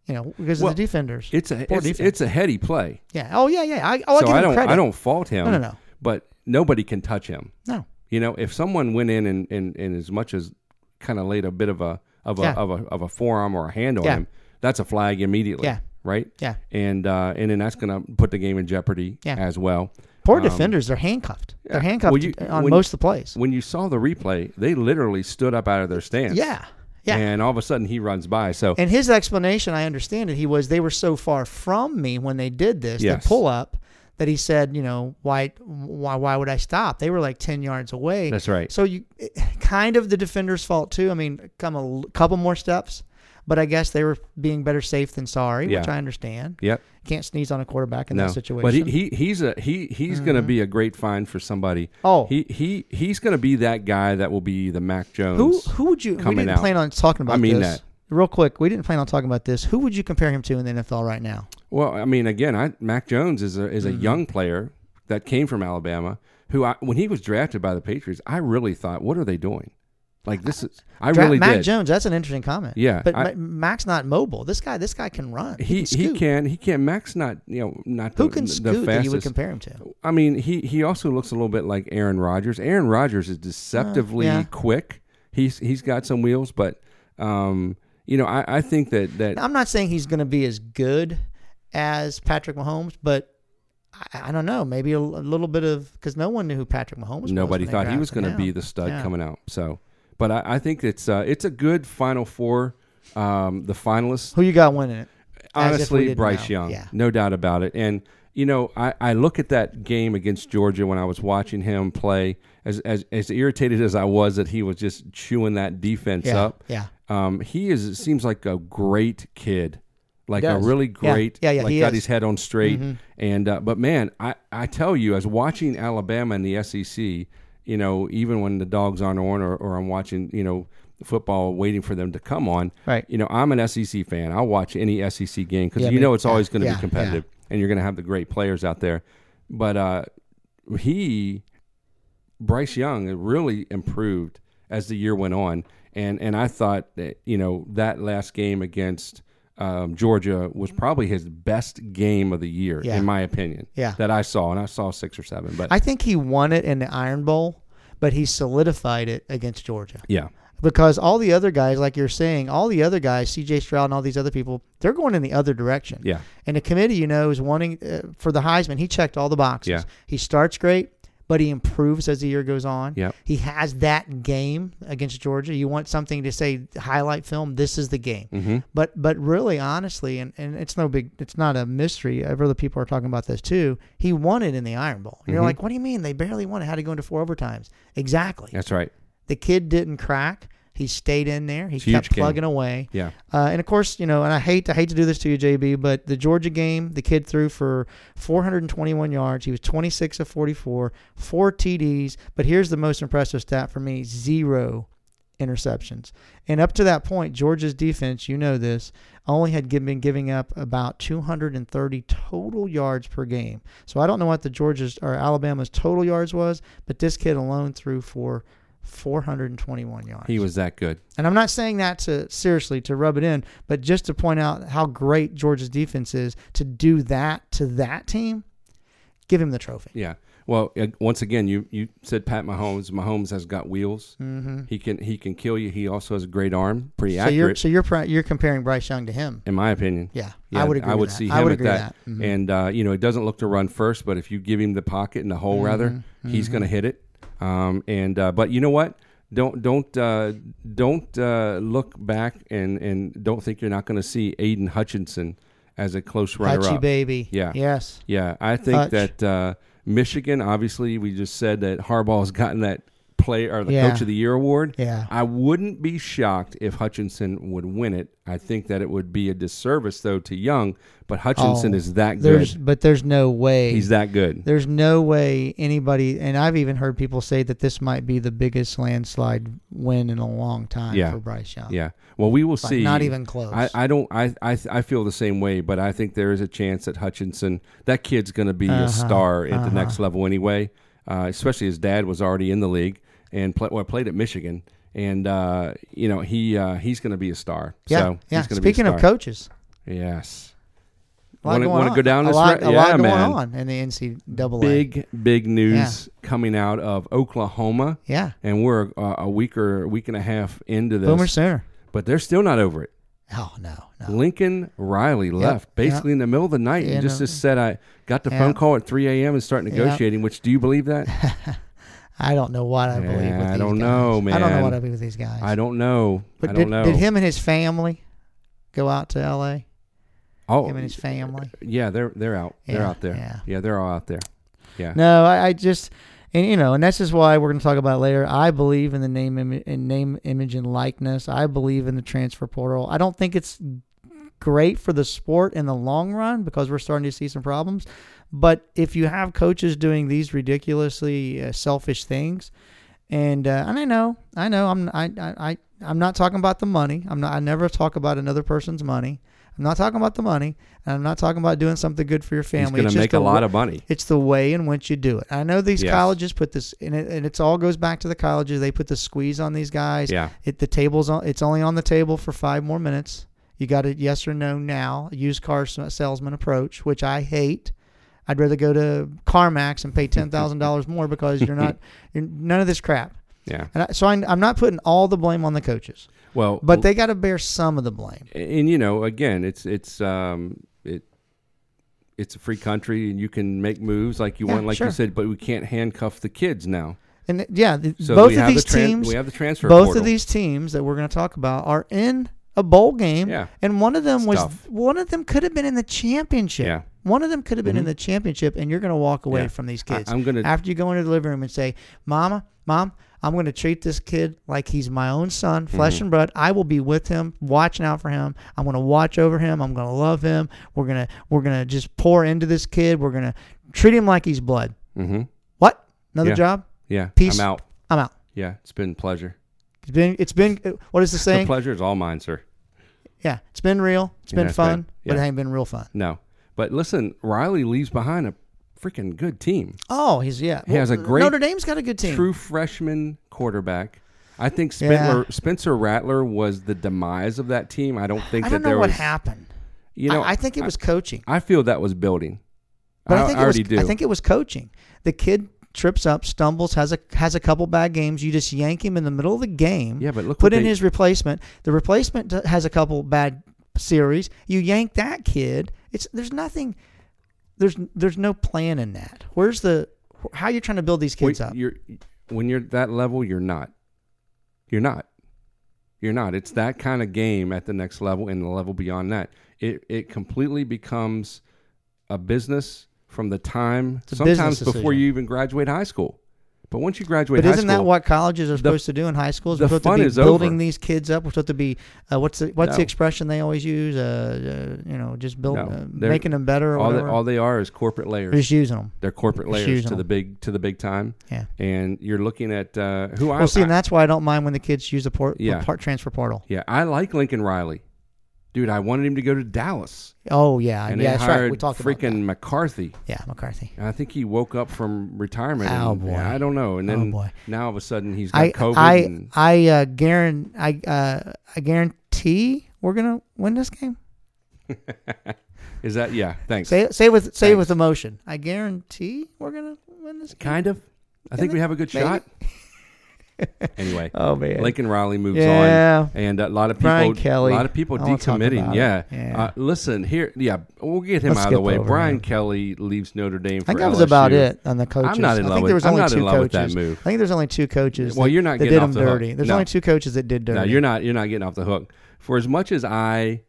you know because
Well,
of the defenders.
it's a
Poor
it's,
defense.
it's a heady play.
yeah. Oh yeah, yeah. I, oh, I
so
give
I
him
don't
credit.
I don't fault him.
No, no, no.
But nobody can touch him.
No.
You know, if someone went in and, and, and as much as kind of laid a bit of a of a,
Yeah.
of a of a forearm or a hand on
Yeah.
him, that's a flag immediately.
Yeah.
Right.
Yeah.
And uh, and then that's going to put the game in jeopardy
Yeah.
as well.
Poor
Um,
defenders. They're handcuffed. They're
yeah.
handcuffed
Well, you-
on
when-
most of the plays.
When you saw the replay, they literally stood up out of their stance.
Yeah. Yeah.
And all of a sudden he runs by. So
And his explanation, I understand it, he was they were so far from me when they did this,
Yes.
the pull up, that he said, you know, why, why, why would I stop? They were like ten yards away.
that's right.
So you, it- kind of the defender's fault too. I mean, come a l- couple more steps, but I guess they were being better safe than sorry, which
Yeah.
I understand.
Yep.
Can't sneeze on a quarterback in
No.
that situation. Mm-hmm.
But he, he he's a he he's going to be a great find for somebody.
Oh.
He he he's going to be that guy that will be the Mac Jones.
who who would you? We
coming
didn't
out.
plan on talking about.
I mean
this.
that.
real quick. We didn't plan on talking about this. Who would you compare him to in the NFL right now?
Well, I mean, again, I, Mac Jones is a is
Mm-hmm.
a young player that came from Alabama. Who, I, when he was drafted by the Patriots, I really thought, what are they doing? Like this is, I
Dra-
really
Mac
did.
Jones. That's an interesting comment.
Yeah,
but
I-
Ma- Mac's not mobile. This guy, this guy can run.
he
can
he
scoot.
can he can. Mac's not you know not
Who
the,
can
the
scoot that you would
fastest.
compare him to?
I mean, he he also looks a little bit like Aaron Rodgers. Aaron Rodgers is deceptively
Oh, yeah.
quick. He's he's got some wheels, but um, you know, I, I think that that
Now, I'm not saying he's going to be as good as Patrick Mahomes, but I, I don't know. Maybe a, a little bit of because no one knew who Patrick Mahomes was.
Nobody
when they
thought he was
drafted
going to
him.
be the stud
Yeah.
coming out. So, but I, I think it's uh, it's a good Final Four. Um, the finalists,
Who you got winning it? As if we
honestly,
didn't
Bryce
know.
Young,
Yeah.
no doubt about it. And you know, I, I look at that game against Georgia when I was watching him play. As as, as irritated as I was that he was just chewing that defense
Yeah,
up,
yeah.
um, he is it seems like a great kid, like a
does.
really
Yeah,
great,
yeah, yeah,
like
he
got
is. Mm-hmm.
his head on straight. And uh, but man, I I tell you, as watching Alabama and the SEC, you know, even when the dogs aren't on, or, or I'm watching, you know, football, waiting for them to come on,
Right.
You know, I'm an SEC fan. I'll watch any SEC game because
Yeah,
you
me-
know it's always
yeah,
going to
yeah,
be competitive, and you're going to have the great players out there. But uh, he Bryce Young really improved as the year went on, and and I thought that you know that last game against um, Georgia was probably his best game of the year
Yeah.
in my opinion.
Yeah.
that I saw, and I saw six or seven, but
I think he won it in the Iron Bowl, but he solidified it against Georgia.
yeah,
because all the other guys, like you're saying, all the other guys, C.J. Stroud and all these other people, they're going in the other direction.
Yeah.
And the committee, you know, is wanting uh, for the Heisman. He checked all the boxes.
Yeah.
He starts great, but he improves as the year goes on.
Yep.
He has that game against Georgia. You want something to say highlight film. This is the game.
Mm. mm-hmm.
But but really, honestly, and, and it's no big. It's not a mystery. I've heard the people are talking about this too. He won it in the Iron Bowl.
Mm-hmm.
And You're like, what do you mean? They barely won it. How to go into four overtimes? Exactly.
that's right.
The kid didn't crack. He stayed in there. He
a
kept
huge game.
plugging away.
Yeah,
Uh, and of course, you know, and I hate I hate to do this to you, JB, but the Georgia game, the kid threw for 421 yards. He was 26 of 44, four TDs. But here's the most impressive stat for me: zero interceptions. And up to that point, Georgia's defense, you know this, only had give- been giving up about 230 total yards per game. So I don't know what the Georgia's or Alabama's total yards was, but this kid alone threw for 421 yards.
he was that good.
And I'm not saying that to seriously to rub it in, but just to point out how great Georgia's defense is to do that to that team, give him the trophy.
Yeah. Well, uh, once again, you you said Pat Mahomes. Mahomes has got wheels. Mm-hmm. He can he can kill you. He also has a great arm, pretty
So you're
accurate,
so you're pri- you're comparing Bryce Young to him.
in my opinion.
Yeah,
Yeah,
I would agree.
I
with
would
that.
see him
I would
at
agree with
that.
that. Mhm.
And uh, you know, it doesn't look to run first, but if you give him the pocket and the hole, rather,
Mm-hmm.
he's going to hit it. Um, and uh, but you know what? Don't don't uh, don't uh, look back and and don't think you're not going to see Aiden Hutchinson as a close runner
Hutchie
up.
baby.
Yeah.
Yes.
Yeah, I think
Hutch.
that uh, Michigan. Obviously, we just said that Harbaugh's gotten that play or the
Yeah.
Coach of the Year award.
Yeah.
I wouldn't be shocked if Hutchinson would win it. I think that it would be a disservice though to Young, but Hutchinson
Oh,
is that
There's
good.
but there's no way
He's that good.
there's no way anybody and I've even heard people say that this might be the biggest landslide win in a long time
Yeah.
for Bryce Young.
Yeah. Well, we will
Like,
see.
not even close.
I, I don't. I, I I feel the same way, but I think there is a chance that Hutchinson, that
Uh-huh.
kid's going to be a star at the next level anyway. Uh, especially his dad was already in the league, and play, well, played at Michigan. And uh, you know he uh, he's going to be a star.
Yeah,
so
yeah.
He's gonna
Speaking
be a
of
star.
coaches,
yes.
a lot
Wanna-
going
wanna
on.
go down
a
this
lot,
ra-
a lot
yeah,
going
man.
on in the NCAA.
Big big news coming out of Oklahoma,
yeah.
and we're uh, a week or week and a half into this,
Boomer Sooner.
but they're still not over it.
Oh no, no.
Lincoln Riley left basically in the middle of the night
You
and just,
know.
just said, I got the
Yeah.
phone call at 3 a.m. and start negotiating, which do you believe that?
I don't know what I believe.
Yeah,
With
I
these
don't
guys.
know,
I don't know
man.
what I believe with these guys.
I don't know.
But
I
did,
don't know.
did him and his family go out to L.A.?
oh,
Him and his family.
yeah, they're they're out. they're
Yeah,
out there.
yeah.
Yeah. they're all out there. Yeah.
No, I, I just and you know, and this is why we're going to talk about it later. I believe in the name Im- in name image and likeness. I believe in the transfer portal. I don't think it's great for the sport in the long run because we're starting to see some problems. But if you have coaches doing these ridiculously uh, selfish things, and uh, and I know, I know, I'm I, I I I'm not talking about the money. I'm not. I never talk about another person's money. I'm not talking about the money, and I'm not talking about doing something good for your
He's
family.
going
It's
to
just
make a
the
lot
wa-
of money.
it's the way in which you do it. I know these
Yes.
colleges put this, and it, and it's all goes back to the colleges. They put the squeeze on these guys.
Yeah.
It the tables on. It's only on the table for five more minutes. You got a yes or no now. Used car s- salesman approach, which I hate. I'd rather go to CarMax and pay ten thousand dollars more because you're not. You're, none of this crap.
Yeah.
And I, so I, I'm not putting all the blame on the coaches,
Well,
but they got to bear some of the blame.
and you know, again, it's it's um it it's a free country and you can make moves like you
Yeah,
want, like
sure.
you said, but we can't handcuff the kids now.
And yeah, the,
So
both
we
of
have
these
the tran-
teams.
we have the transfer.
both
portal.
of these teams that we're going to talk about are in a bowl game,
Yeah.
and one of them
It's
was
tough.
one of them could have been in the championship.
Yeah. Mm-hmm.
One of them could have been in the championship, and you're going to walk away
Yeah.
from these
I-
kids.
I'm gonna-
after you go into the living room and say, "Mama, mom." I'm going to treat this kid like he's my own son, flesh
Mm-hmm.
and blood. I will be with him, watching out for him. I'm going to watch over him. I'm going to love him. We're going to we're going to just pour into this kid. We're going to treat him like he's blood.
Mhm.
What? Another
Yeah.
job?
Yeah.
Peace.
I'm out.
I'm out.
Yeah. It's been a pleasure.
It's been it's been uh, what is the
The
saying?
pleasure is all mine, sir.
Yeah, it's been real. It's been
Yeah, it's been-
fun, but
yeah.
it ain't been real fun.
No. But listen, Riley leaves behind a freaking good team.
Oh, he's yeah.
He has a great-
Notre Dame's got a good team.
True freshman quarterback. I think
Yeah.
Spencer, Spencer Rattler was the demise of that team. I don't think
I
that
don't know
there
what
was.
happened.
You know,
I, I think it was coaching.
I, feel that was building.
But I,
I,
think
I
it was,
already do.
I think it was coaching. The kid trips up, stumbles, has a has a couple bad games. You just yank him in the middle of the game.
Yeah, but look
put
what
in
they-
his replacement. The replacement d- has a couple bad series. You yank that kid. It's there's nothing. There's there's no plan in that. Where's the how you trying to build these
When
kids up?
you're, when you're that level, you're not. You're not. You're not. It's that kind of game at the next level and the level beyond that. It it completely becomes a business from the time
a business
sometimes before
decision.
you even graduate high school. But once you graduate
But
high
isn't that
school-
what colleges are supposed to do in high schools? We're
the
supposed to
fun
be
is
building
over.
these kids up. We're supposed to be uh, what's the, what's the
No.
expression they always use? Uh, uh, you know, just building,
No.
uh,
They're-
making them better. Or
all, they,
whatever.
all they are is corporate
We're
layers.
just using them.
They're corporate
Just
layers
using
to the
them.
big to the big time.
Yeah.
And you're looking at uh, who I
Well, see,
I-
and that's why I don't mind when the kids use the port,
Yeah.
part transfer portal.
yeah I like Lincoln Riley, dude. I wanted him to go to Dallas,
Oh yeah,
and
yeah,
they
that's
hired
right. We talked about
freaking McCarthy.
that. Yeah, McCarthy.
And I think he woke up from retirement.
Oh,
and-
boy.
I don't know. And then
Oh, boy.
now all of a sudden he's got
I
COVID.
I
and
I uh, guarantee I uh, I guarantee we're gonna win this game.
is that yeah? Thanks.
Say say with say
Thanks.
with emotion. I guarantee we're gonna win this. game.
Kind of. I think we have a good
Maybe.
shot. anyway,
Oh man.
Lincoln Riley moves
Yeah.
on, and uh, a lot of people,
Brian Kelly.
a lot of people
I wanna talk
decommitting.
about it.
Yeah.
Yeah.
Uh, listen here. Yeah, we'll get him
Let's
out of the
skip
way.
over
Brian
him.
Kelly leaves Notre Dame. For
I think that was
LSU.
about it on the coaches.
not in
I
love
think
with-
there was
I'm
only
not in
two
love with
coaches.
that move.
I think there's only two coaches.
Well,
that,
you're not
that
getting
did
off
them
the hook.
dirty. There's
No.
only two coaches that did dirty.
No, you're not. You're not getting off the hook. For as much as I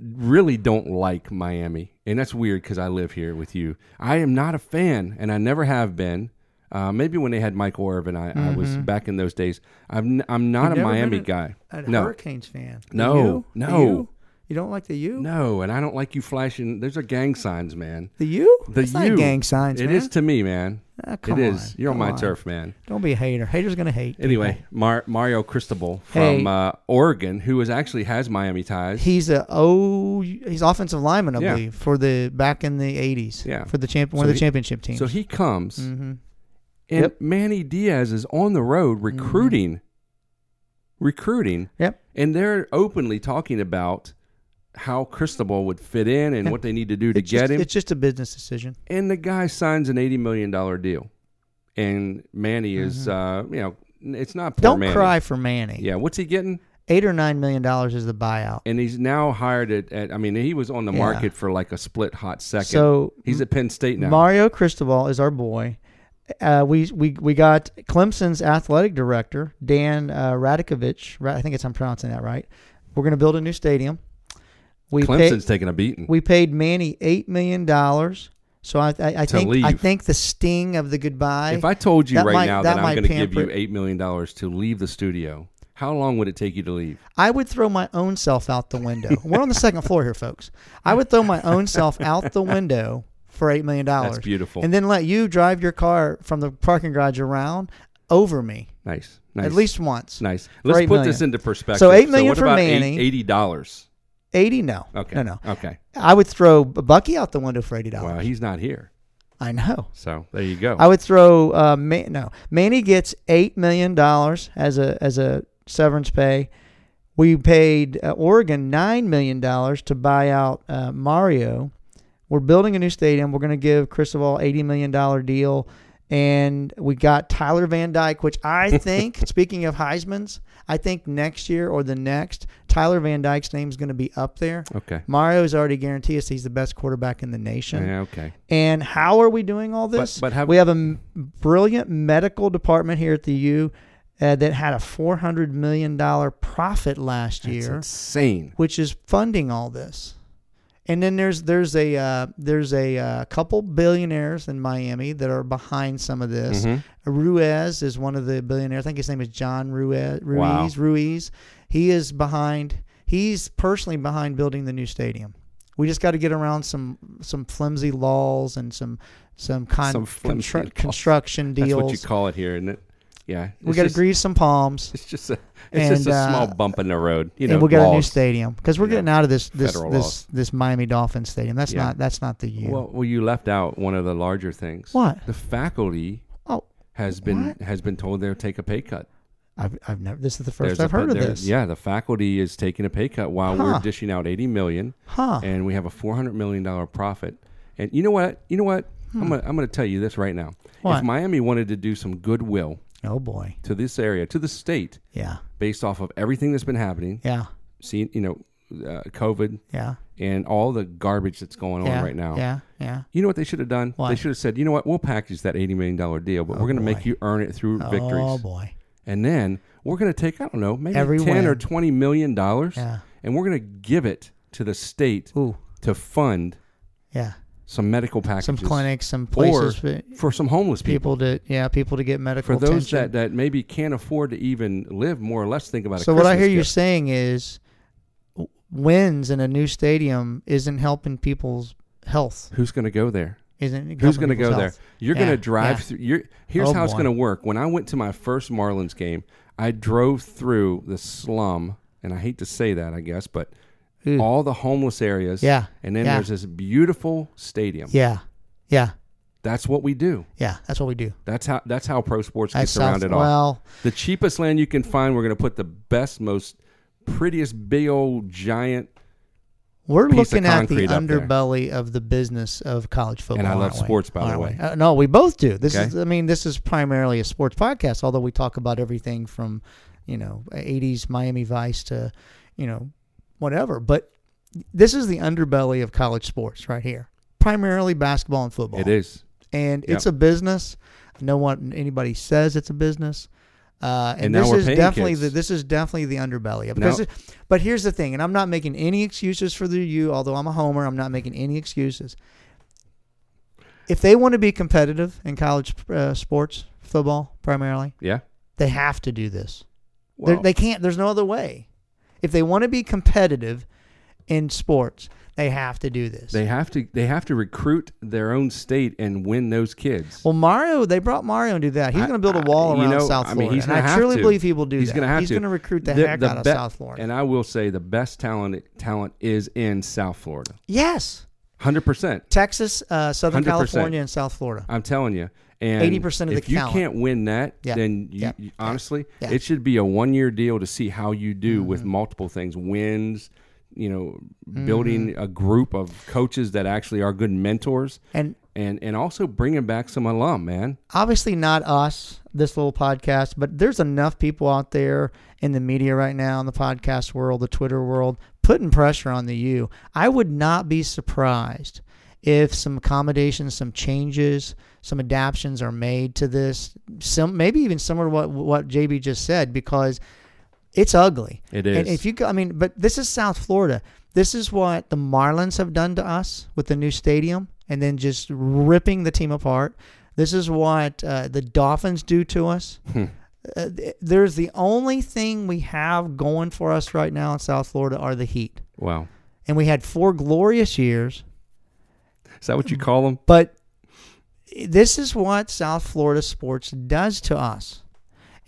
really don't like Miami, and that's weird because I live here with you. I am not a fan, and I never have been. Uh, maybe when they had Michael Irvin, I, I was back in those days. I'm n- I'm not
Mm-hmm. You've
a
never
Miami
been
guy.
a
No,
Hurricanes fan. The
No,
U? The
no.
U? You don't like the U?
no, and I don't like you flashing. There's a gang signs, man.
The U?
The
That's not
U.
gang signs,
It
man.
is to me, man.
Ah, come
it is.
on,
You're on
come
my
on.
turf, man.
Don't be a hater. Haters gonna hate.
Anyway, Mar- Mario Cristobal from
Hey.
uh, Oregon, who is actually has Miami ties.
He's a oh, he's offensive lineman, I
Yeah.
believe, for the back in the '80s.
Yeah.
For the Mm-hmm. champ, one
So
of the
he-
championship teams.
So he comes, And
Yep. Mm-hmm.
Manny Diaz is on the road recruiting, recruiting,
Yep.
and they're openly talking about how Cristobal would fit in and what they need to do to
it's
get
just,
him.
It's just a business decision.
And the guy signs an eighty million dollar deal, and Manny is, uh, you know, it's not poor
Mm-hmm. Don't
Manny.
cry for Manny.
Yeah, what's he getting?
Eight or nine million dollars is the buyout.
And he's now hired at. at I mean, he was on the
Yeah.
market for like a split hot second.
So
he's at Penn State now.
Mario Cristobal is our boy. Uh, we, we we got Clemson's athletic director Dan uh, Radakovich. Ra- I think it's I'm pronouncing that right. We're going to build a new stadium. We
Clemson's
Paid,
taking a beating.
we paid Manny eight million dollars. So I I, I think I
leave.
think the sting of the goodbye.
if I told you
that
right
might-
now
that
that, I'm
might
going to give
pamper
you
it.
eight million dollars to leave the studio, how long would it take you to leave?
I would throw my own self out the window. We're on the second floor here, folks. I would throw my own self out the window for eight million dollars.
That's beautiful.
And then let you drive your car from the parking garage around over me
nice, nice,
at least once.
nice.
for
Let's put
eight
this
million.
into perspective.
So eight million
what
for
about
Manny.
Eighty dollars.
Eighty? No.
Okay.
No, no.
Okay.
I would throw Bucky out the window for eighty dollars.
Well, he's not here,
I know.
so there you go.
I would throw uh, Man- no Manny gets eight million dollars as a as a severance pay. We paid uh, Oregon nine million dollars to buy out uh, Mario. We're building a new stadium. We're going to give Cristobal eighty million dollar deal, and we got Tyler Van Dyke, which I think. speaking of Heisman's, I think next year or the next, Tyler Van Dyke's name's going to be up there.
okay.
Mario's already guaranteed us he's the best quarterback in the nation.
Yeah, okay.
And how are we doing all this?
but have-
we have a m- brilliant medical department here at the U uh, that had a four hundred million dollar profit last
It's
year,
insane.
which is funding all this. And then there's there's a uh, there's a uh, couple billionaires in Miami that are behind some of this.
Mm-hmm.
Ruiz is one of the billionaires. I think his name is John Ruiz. Ruiz.
Wow.
Ruiz. He is behind. He's personally behind building the new stadium. We just got to get around some some flimsy laws and some some, con-
Some flimsy
constru-
laws.
construction
That's
deals.
what you call it here, isn't it? Yeah.
we
It's
got to
just-
grease some palms,
It's just a it's
And,
just a small
uh,
bump in the road. You know,
and we got a new
laws.
stadium because we're
Yeah.
getting out of this this
Federal
this,
laws.
this Miami Dolphins stadium. That's
Yeah.
not that's not the U.
Well, well, you left out one of the larger things.
What?
The faculty
oh,
has been
What?
has been told they'll take a pay cut.
I've, I've never. This is the first
There's
I've
a-
heard of
there's-
this.
Yeah, the faculty is taking a pay cut while
Huh.
we're dishing out 80 million
Huh.
and we have a 400 million dollar profit. And you know what? You know what? I'm gonna, I'm going to tell you this right now.
Hmm. What?
If Miami wanted to do some goodwill
Oh boy.
to this area, to the state
Yeah.
based off of everything that's been happening,
Yeah.
seeing, you know, uh, COVID
Yeah.
and all the garbage that's going on
yeah.
right now.
Yeah. Yeah.
You know what they should have done?
What? Oh,
They should have said, you know what, we'll package that $80 million deal, but we're going to
boy.
make you earn it through
Oh
victories.
boy.
And then we're going to take, I don't know, maybe
Every
10 or
win.
$20 million,
Yeah.
and we're going to give it to the state
Ooh.
to fund
Yeah.
some medical packages.
Some clinics, some
Or
places for
for some homeless people.
people to yeah, people to get medical
For those
attention.
that, that maybe can't afford to even live, more or less think about it.
so what I hear you saying is w- wins in a new stadium isn't helping people's health.
Who's going to go there?
Isn't
Who's
going to
go there? You're going
Yeah,
to drive
yeah.
through. You're, here's
Oh,
how it's
boy.
going to work. When I went to my first Marlins game, I drove through the slum, and I hate to say that, I guess, but
Ooh.
all the homeless areas.
Yeah,
And then
yeah.
there's this beautiful stadium.
Yeah. Yeah.
That's what we do.
Yeah. That's what we do.
That's how that's how pro sports
That
gets around
sounds
it all.
well.
the cheapest land you can find, we're going to put the best, most prettiest, big old giant.
We're
piece of
looking at the
concrete up there.
underbelly of the business of college football.
And I love
aren't we?
sports, by the
Aren't
way.
we? Uh, no, we both do. This is,
Okay.
I mean, this is primarily a sports podcast, although we talk about everything from, you know, 80s Miami Vice to, you know, whatever. But this is the underbelly of college sports right here. Primarily basketball and football.
It is.
And
Yep.
it's a business. No one, anybody says it's a business. Uh, and,
And now
this
we're
is
paying
definitely
kids.
the, this is definitely the underbelly of
Now-
because it- but here's the thing, and I'm not making any excuses for the U. Although I'm a homer, I'm not making any excuses. If they want to be competitive in college uh, sports, football primarily,
Yeah.
they have to do this. They're-
Well,
they can't. There's no other way. If they want to be competitive in sports, they have to do this.
they have to they have to recruit their own state and win those kids.
Well, Mario, they brought Mario and do that. He's
I-
going to build
I-
a wall
you
around
know,
South
I
Florida.
mean, he's
and
gonna
I
have
truly
to.
believe he will do
he's
that.
Gonna have
he's
to.
going to recruit the, heck out of
be-
South Florida.
And I will say the best talent talent is in South Florida.
yes,
Hundred percent.
Texas, uh,
100%.
Southern California, and South Florida.
I'm telling you. And
80% of the
if you
count.
can't win that,
Yeah.
then you,
Yeah.
you- honestly,
Yeah. Mm-hmm.
it should be a one year deal to see how you do with multiple things, wins, you know,
Mm-hmm.
building a group of coaches that actually are good mentors,
And
and and also bringing back some alum, man.
obviously not us, this little podcast, but there's enough people out there in the media right now, in the podcast world, the Twitter world, putting pressure on the U. I would not be surprised if some accommodations, some changes, some adaptions are made to this. Some maybe even similar to what what JB just said, because it's ugly.
It
And
is.
if you go, I mean, but this is South Florida. This is what the Marlins have done to us with the new stadium and then just ripping the team apart. This is what uh, the Dolphins do to us. Uh, th- there's the only thing we have going for us right now in South Florida are the Heat.
Wow.
And we had four glorious years,
Is that what you call them?
but this is what South Florida sports does to us.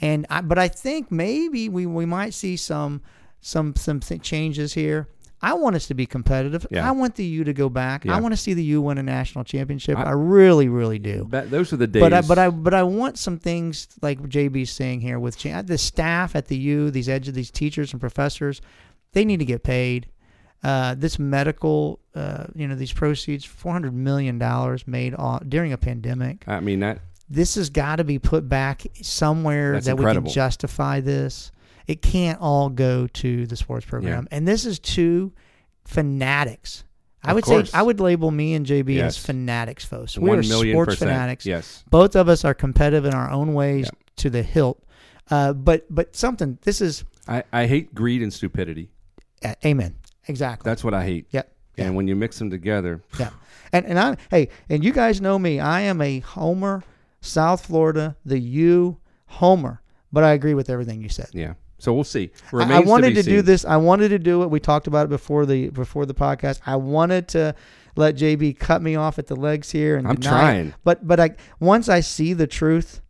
And I, but I think maybe we, we might see some some some th- changes here. I want us to be competitive.
Yeah.
I want the U to go back.
Yeah.
I want to see the U win a national championship.
I-
I, really, really do.
That, those are the days.
But I, but I but I want some things like JB's saying here with cha- the staff at the U, these edge of these teachers and professors, they need to get paid. Uh, this medical, uh, you know, these proceeds, four hundred million dollars made all, during a pandemic.
I mean that.
This has got to be put back somewhere
That's
that we
incredible.
can justify this. It can't all go to the sports program, and this is two fanatics. I
Of
would
course.
say I would label me and JB
Yes.
as fanatics, folks. We
One
are
million
sports
percent.
fanatics
Yes.
both of us are competitive in our own ways
Yeah.
to the hilt. Uh, but but something this is
I, I hate greed and stupidity.
uh, amen exactly.
That's what I hate.
yep.
And when you mix them together,
Yeah. And and I hey and you guys know me. I am a homer, South Florida, the U homer. But I agree with everything you said.
yeah. So we'll see.
I-
Remains
I wanted
be
to, do
seen.
this. I wanted to do it. We talked about it before the before the podcast. I wanted to let JB cut me off at the legs here and
I'm
deny it.
trying.
But but I once I see the truth,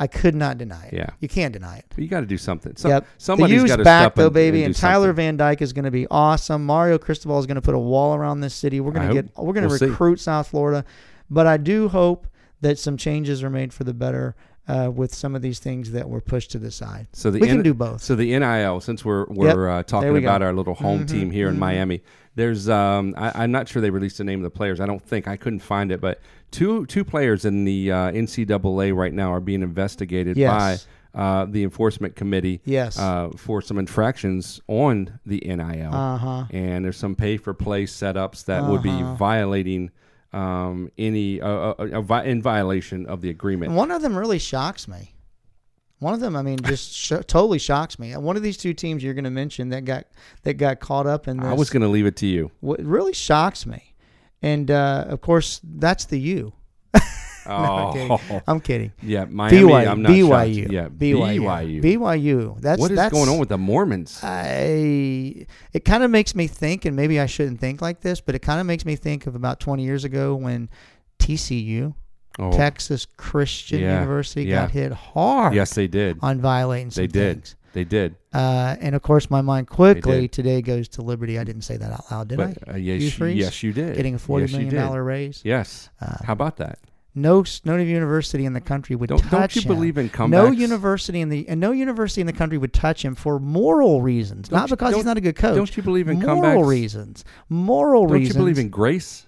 I could not deny it.
Yeah.
You can't deny it.
But you got to do something. Some,
yep.
Somebody's
the U's
got to
back
step
though,
and-
baby, and,
and, do
Tyler
something.
Van Dyke is going to be awesome. Mario Cristobal is going to put a wall around this city. We're
I
going to
hope-
get we're going to
we'll see.
recruit South Florida, but I do hope that some changes are made for the better uh, with some of these things that were pushed to the side.
So the
we can
N-
do both.
So the NIL, since we're we're uh,
There
talking
we go. Mm-hmm.
about our little home team here in Miami, there's um, I, I'm not sure they released the name of the players. I don't think I couldn't find it, but two two players in the uh, NCAA right now are being investigated
Yes.
by uh, the enforcement committee
Yes.
uh, for some infractions on the NIL,
Uh-huh.
and there's some pay for play setups that would be violating um, any uh, uh, uh, vi- in violation of the agreement.
And one of them really shocks me. One of them, I mean, just sh- totally shocks me. One of these two teams you're going to mention that got that got caught up in this
I was going to leave it to you.
what really shocks me, and uh, of course that's the U.
Oh,
kidding. I'm kidding.
Yeah, Miami.
BYU,
I'm not
BYU,
shocked. Yeah,
BYU,
BYU.
BYU. That's
What is
that's, Uh,
going on with the Mormons?
I, it kind of makes me think, and maybe I shouldn't think like this, but it kind of makes me think of about 20 years ago when TCU,
Oh,
Texas Christian
Yeah,
University,
yeah.
got hit hard
yes, they did.
on violating some
They did.
things.
They did.
Uh, and of course, my mind quickly
did.
today goes to Liberty. I didn't say that out loud, did
But
I?
uh, yes,
You
you,
freeze?
yes, you did.
Getting a forty
yes, you
million
did.
dollar raise. Uh,
Yes. How about that?
No, s- no university in the country would
Don't- don't
touch
you
him.
believe in
No
comebacks?
university in the and no university in the country would touch him for moral reasons, not
you-
because he's
don't-
not a good coach.
don't you believe in
moral
comebacks?
reasons? Moral
Don't
reasons.
you believe in grace?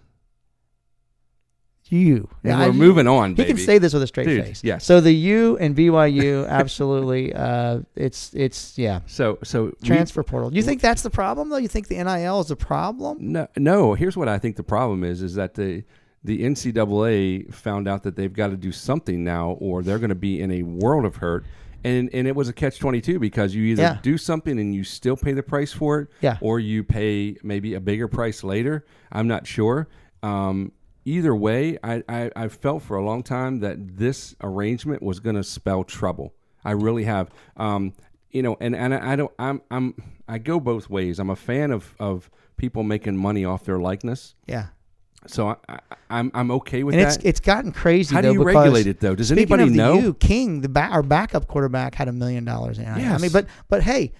you?
And
I-
we're moving on,
He
baby.
can say this with a straight
Dude,
face.
yes.
So the U and BYU, absolutely. uh, it's it's yeah.
so. So we-
Transfer portal. You think that's the problem though? You think the NIL is the problem?
no, no. Here's what I think the problem is: is that the the NCAA found out that they've got to do something now, or they're going to be in a world of hurt. And and it was a catch twenty two because you either
Yeah.
do something and you still pay the price for it,
Yeah.
or you pay maybe a bigger price later. I'm not sure. Um, either way, I, I I felt for a long time that this arrangement was going to spell trouble. I really have. Um, you know, and, and I I don't. I'm I'm I go both ways. I'm a fan of of people making money off their likeness,
Yeah.
so I, I, I'm I'm okay with
And
that.
it's it's gotten crazy.
How do
though,
you
because
regulate it, though? Does
speaking
anybody
of the
know?
U, King, the ba- our backup quarterback, had a million dollars in. NIL. I
Yes.
mean, but but hey,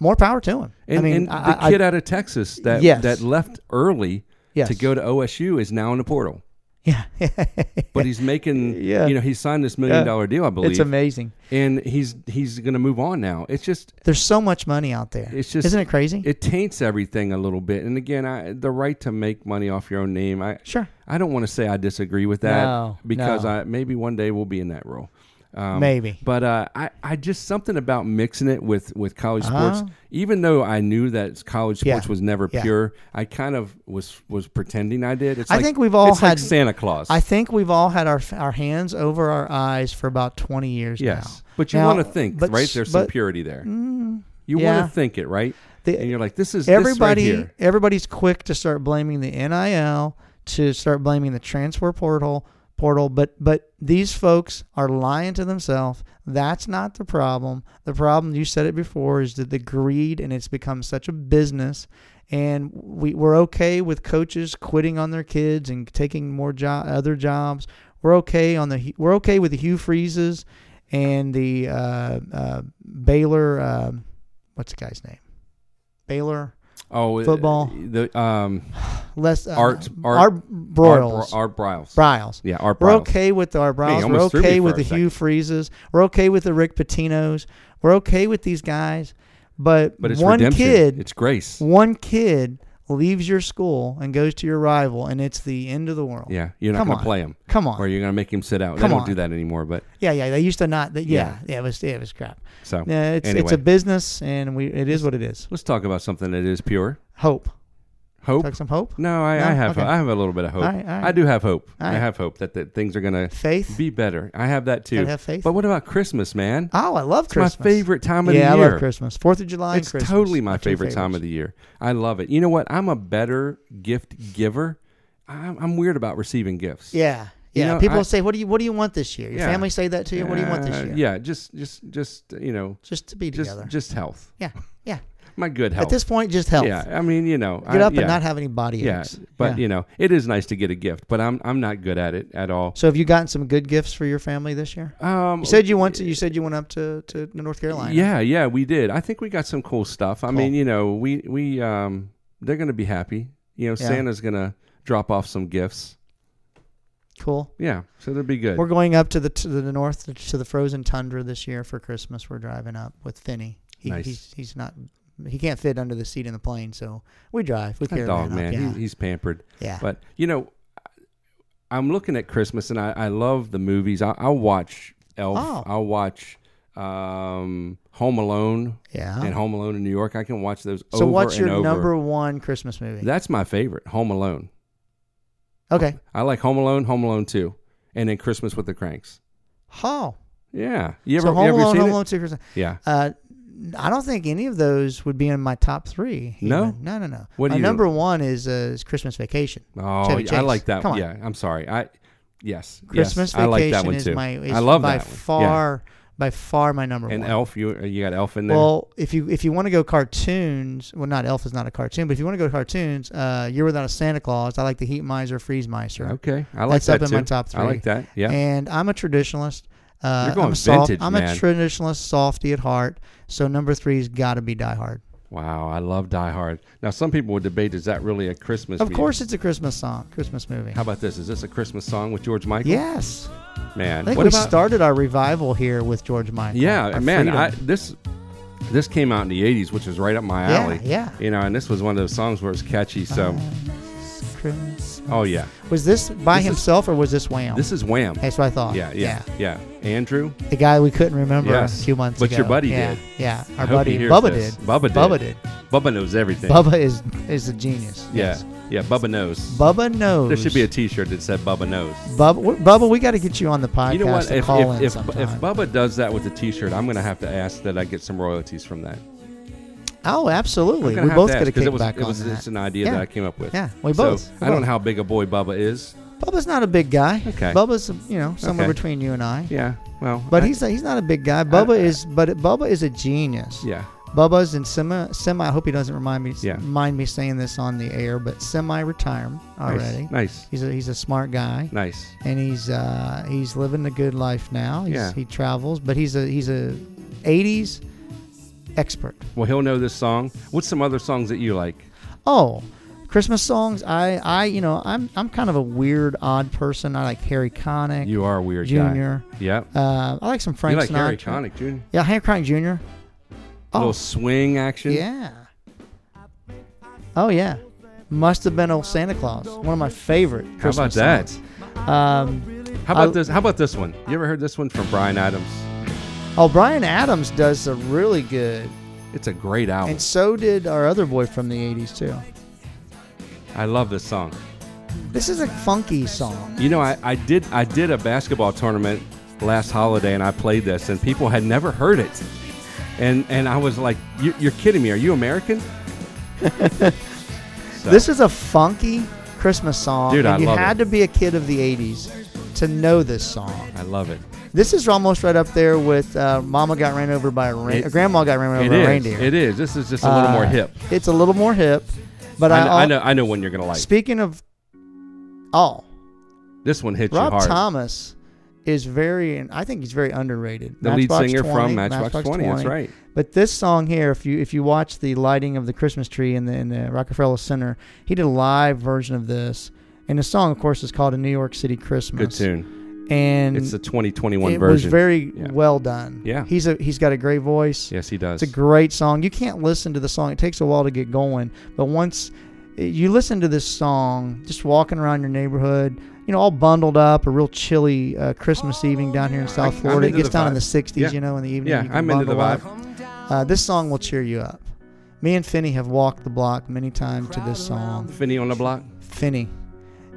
more power to him.
and,
I mean,
and
I,
the
I-
kid out of Texas that
Yes.
that left early
Yes.
to go to OSU is now in the portal.
Yeah.
But he's making,
Yeah.
you know, he signed this million dollar deal, I believe,
it's amazing.
and he's he's going to move on now. It's just
There's so much money out there.
It's just-
isn't it crazy?
it taints everything a little bit. And again, I, the right to make money off your own name, I
sure.
I don't want to say I disagree with that
No,
because
no.
I maybe one day we'll be in that role. Um,
Maybe.
but uh, I, I just something about mixing it with with college
Uh-huh.
sports. Even though I knew that college
Yeah.
sports was never
Yeah.
pure, I kind of was was pretending I did. It's
I
like,
think we've all
it's like
had-
Santa Claus.
I think we've all had our our hands over our eyes for about 20 years
yes,
now.
but you
Now,
want to think,
but
right?
s-
There's some
but Mm,
purity there. you
yeah.
want to think it, right?
The-
and you're like, this is
everybody
This right here.
everybody's quick to start blaming the NIL, to start blaming the transfer portal portal, but but these folks are lying to themselves. That's not the problem. The problem you said it before is that the greed and it's become such a business and we, we're okay with coaches quitting on their kids and taking more job other jobs. We're okay on the we're okay with the Hugh Freezes and the uh, uh, Baylor um, what's the guy's name? Baylor
Oh, uh,
football.
The um,
less uh,
Art- Art-
Art
Art,
Broyles.
Art Briles.
Bryles.
Yeah, Art
We're
Briles.
okay with the Art Bryles. We're
almost threw me
okay
for
with
a
the
second.
Hugh Freezes. We're okay with the Rick Patinos. We're okay with these guys. But,
But it's
one
redemption.
kid,
It's grace.
one kid leaves your school and goes to your rival, and it's the end of the world.
Yeah, you're not
Come
going
on.
to play him.
Come on.
Or you're going to make him sit out.
Come
they don't
on.
do that anymore. But
Yeah, yeah. They used to not. They, yeah,
Yeah.
yeah. It was. It was crap.
so
Yeah, it's
anyway,
it's a business, and we it is what it is.
let's talk about something that is pure
Hope.
hope.
Talk some hope.
no, I,
No?
I have
Okay.
I have a little bit of hope.
All right, all right.
I do have hope.
All
I
right.
have hope that, that things are going to
Faith.
be better. I have that too.
Gotta have faith.
But what about Christmas, man?
oh, I love Christmas.
It's my favorite time of
yeah,
the year.
I love Christmas. Fourth of July.
It's
and Christmas.
totally my
Our two
favorite time
favorites.
of the year. I love it. You know what? I'm a better gift giver. I'm, I'm weird about receiving gifts.
Yeah.
You
Yeah.
know,
People
I-
say, What do you what do you want this year? Your
Yeah.
family say that to you, what do you want this
Uh,
year?
Yeah, just just just you know,
Just to be
just
together.
just health.
yeah. Yeah.
My good health.
At this point, just health.
Yeah, I mean, you know,
Get
I,
up
yeah,
and not have any body
Yeah,
aches.
but
Yeah.
you know, it is nice to get a gift, but I'm I'm not good at it at all.
So have you gotten some good gifts for your family this year?
Um,
You said you went to you said you went up to, to North Carolina.
yeah, yeah, we did. I think we got some cool stuff. I mean,
Cool.
you know, we we um, they're gonna be happy. You know,
Yeah.
Santa's gonna drop off some gifts.
Cool.
Yeah, so they'll be good.
We're going up to the to the north to the frozen tundra this year for Christmas. We're driving up with Finney. He,
Nice.
He's he's not he can't fit under the seat in the plane, so we drive. We
That
carry
dog,
him
man,
up. Yeah.
he, he's pampered.
yeah.
But you know, I'm looking at Christmas, and I, I love the movies. I, I'll watch Elf.
Oh.
I'll watch um, Home Alone.
Yeah.
And Home Alone in New York, I can watch those.
Oh. so
over
what's
and
your
over.
number one Christmas movie?
That's my favorite, Home Alone.
okay.
I like Home Alone, Home Alone 2, and then Christmas with the Cranks.
Oh,
Yeah. You ever,
so Home
you ever
Alone,
seen
Home
it?
Alone, Two Christmas.
Yeah.
Uh, I don't think any of those would be in my top three. even.
No?
no, no, no.
What do
my
you-
number one is, uh, is Christmas Vacation.
Oh,
Chevy
yeah, I
Chase.
like that.
Come
one.
on.
Yeah, I'm sorry. I yes. yes,
Christmas
I
Vacation
like that one
is
too.
my is
I love
by
that one. Yeah.
far by far my number
And
one.
Elf, you you got Elf in there.
Well, if you if you want to go cartoons, well, not Elf is not a cartoon, but if you want to go cartoons, uh, You're Without a Santa Claus. I like the Heat Miser, Freeze Miser.
okay. I like
That's
that
up in
too.
my top three.
I like that. Yeah.
And I'm a traditionalist. Uh,
You're going
I'm a soft,
vintage,
I'm
man.
a traditionalist softy at heart. So number three's got to be Die Hard.
wow, I love Die Hard. Now some people would debate is that really a Christmas
Of
music?
course, it's a Christmas song, Christmas movie.
How about this? Is this a Christmas song with George Michael?
Yes,
Man.
I think
what
we
about
started our revival here with George Michael.
Yeah,
Our
man, I,
freedom.
this this came out in the '80s, which is right up my
Yeah,
alley.
yeah.
You know, and this was one of those songs where it's catchy. So,
Christmas.
oh yeah,
was this by
This is-
himself or was this Wham?
this is Wham.
That's what I thought.
Yeah, yeah, yeah. Andrew,
the guy we couldn't remember
Yes.
a few months
But
ago.
your buddy
yeah.
did.
Yeah,
I
our
hope
buddy
he hears
Bubba
this.
did.
Bubba did.
Bubba did.
Bubba knows everything.
Bubba is is a genius.
yeah,
Yes.
yeah. Bubba knows.
Bubba knows.
There should be a T-shirt that said Bubba knows.
Bubba, we- Bubba, we got to get you on the podcast
You know what?
to
If
call
if
in
if,
sometime.
if Bubba does that with a T-shirt, I'm gonna have to ask that I get some royalties from that.
oh,
I'm
absolutely.
gonna
We
have
both
to
get a
ask, 'cause it was,
kickback
it was
on that.
just an idea
Yeah.
that I came up with.
Yeah, we
So,
both. We
I don't
both.
know how big a boy Bubba is.
Bubba's not a big guy.
Okay.
Bubba's you know somewhere
Okay.
between you and I.
Yeah. Well,
But
I-
he's a, he's not a big guy. Bubba
I-
is but Bubba is a genius.
yeah.
Bubba's in semi semi. I hope he doesn't remind me
Yeah.
mind me saying this on the air, but semi retirement
Nice,
already.
Nice.
He's a he's a smart guy,
Nice.
and he's uh, he's living the good life now. He's,
Yeah.
He travels, but he's a he's a '80s expert.
Well, he'll know this song. What's some other songs that you like?
Oh, Christmas songs, I, I, you know, I'm, I'm kind of a weird, odd person. I like Harry Connick
You are a weird
Jr.
guy. Yep.
Uh, I like some Frank
you like
Sinatra.
Harry Connick Jr.
Yeah, Harry Connick Jr.
Little swing action.
Yeah. Oh yeah. Must have been old Santa Claus. One of my favorite.
How
Christmas
about that?
songs. Um,
How about
I-
this? How about this one? You ever heard this one from Brian Adams?
oh, Brian Adams does a really good,
It's a great album.
and so did our other boy from the '80s too.
I love this song.
This is a funky song.
You know, I, I did I did a basketball tournament last holiday, and I played this, and people had never heard it, and and I was like, you, "You're kidding me? Are you American?" So,
This is a funky Christmas song,
Dude,
and
I
you
love
had
it.
to be a kid of the '80s to know this song.
I love it.
This is almost right up there with uh, "Mama Got Ran Over by a Rein-
It-
Grandma Got Ran Over
It
by
is.
a Reindeer."
It is. This is just a little
Uh,
more hip.
It's a little more hip, but
I,
I,
know,
al-
I know. I know when you're gonna like. it.
Speaking of, oh,
this one hits you
Rob
hard.
Thomas is very, and I think he's very underrated.
the lead
Matchbox
singer
20,
from Matchbox, 20, That's right.
But this song here, if you if you watch the lighting of the Christmas tree in the in the Rockefeller Center, he did a live version of this, and the song, of course, is called "A New York City Christmas."
Good tune.
And
It's the 2021
it
version.
was very
Yeah.
well done.
Yeah.
he's a he's got a great voice.
yes, he does.
It's a great song. You can't listen to the song. It takes a while to get going, but once eh, you listen to this song, just walking around your neighborhood, you know, all bundled up, a real chilly uh, Christmas evening down here in South
I'm
Florida. It
into
gets
the
down in
vibe.
the 60s,
Yeah.
you know, in the evening.
Yeah,
you can
I'm into the
bundle Up. Uh, this song will cheer you up. Me and Finney have walked the block many times to this song.
Finney on the block.
Finney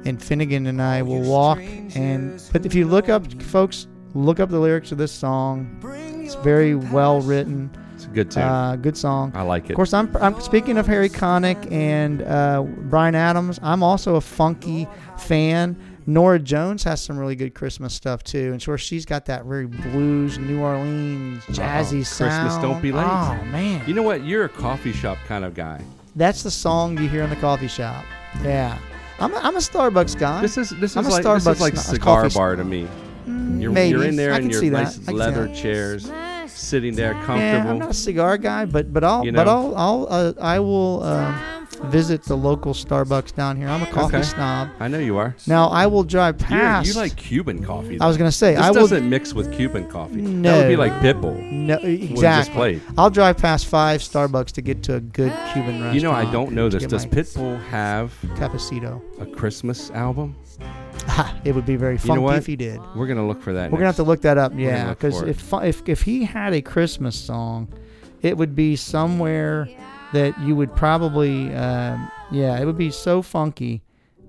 and Finnegan and I will walk and but if you look up folks look up the lyrics of this song it's very well written
It's a good tune.
uh, good song
I like it.
of course, I'm, I'm speaking of Harry Connick and uh, Brian Adams. I'm also a funky fan. Nora Jones has some really good Christmas stuff too, and sure she's got that very blues New Orleans jazzy
Oh,
sound.
Christmas don't be late.
Oh man,
You know what? You're a coffee shop kind of guy.
that's the song you hear in the coffee shop. Yeah, I'm a, I'm a Starbucks guy.
This is this
I'm
is
a
like
Starbucks
this is like
sn-
cigar
coffee- Mm,
bar to me. You're,
Maybe.
you're in there
I
in
can
your
see that.
nice
I can see
leather
that.
chairs, sitting there
yeah, I'm
comfortable.
not a cigar guy, but but I'll
You
but I'll
know.
I'll uh, I will um, visit the local Starbucks down here. I'm a coffee
Okay.
snob.
I know you are.
Now I will drive
You're,
past.
you like Cuban coffee.
I was gonna say
This
I will
doesn't mix with Cuban coffee. That
No.
would be like Pitbull.
No, exactly.
played.
I'll drive past five Starbucks to get to a good Cuban restaurant.
You know, I don't know
to
this.
get
Does
my
Pitbull have
Cafecito.
a Christmas album?
Ha, it would be very
You know
funky
what?
if he did.
We're gonna look for that.
We're gonna have to look that up,
gonna
yeah.
look
Because
for it.
if fu- if if he had a Christmas song, it would be somewhere that you would probably, um, yeah, it would be so funky.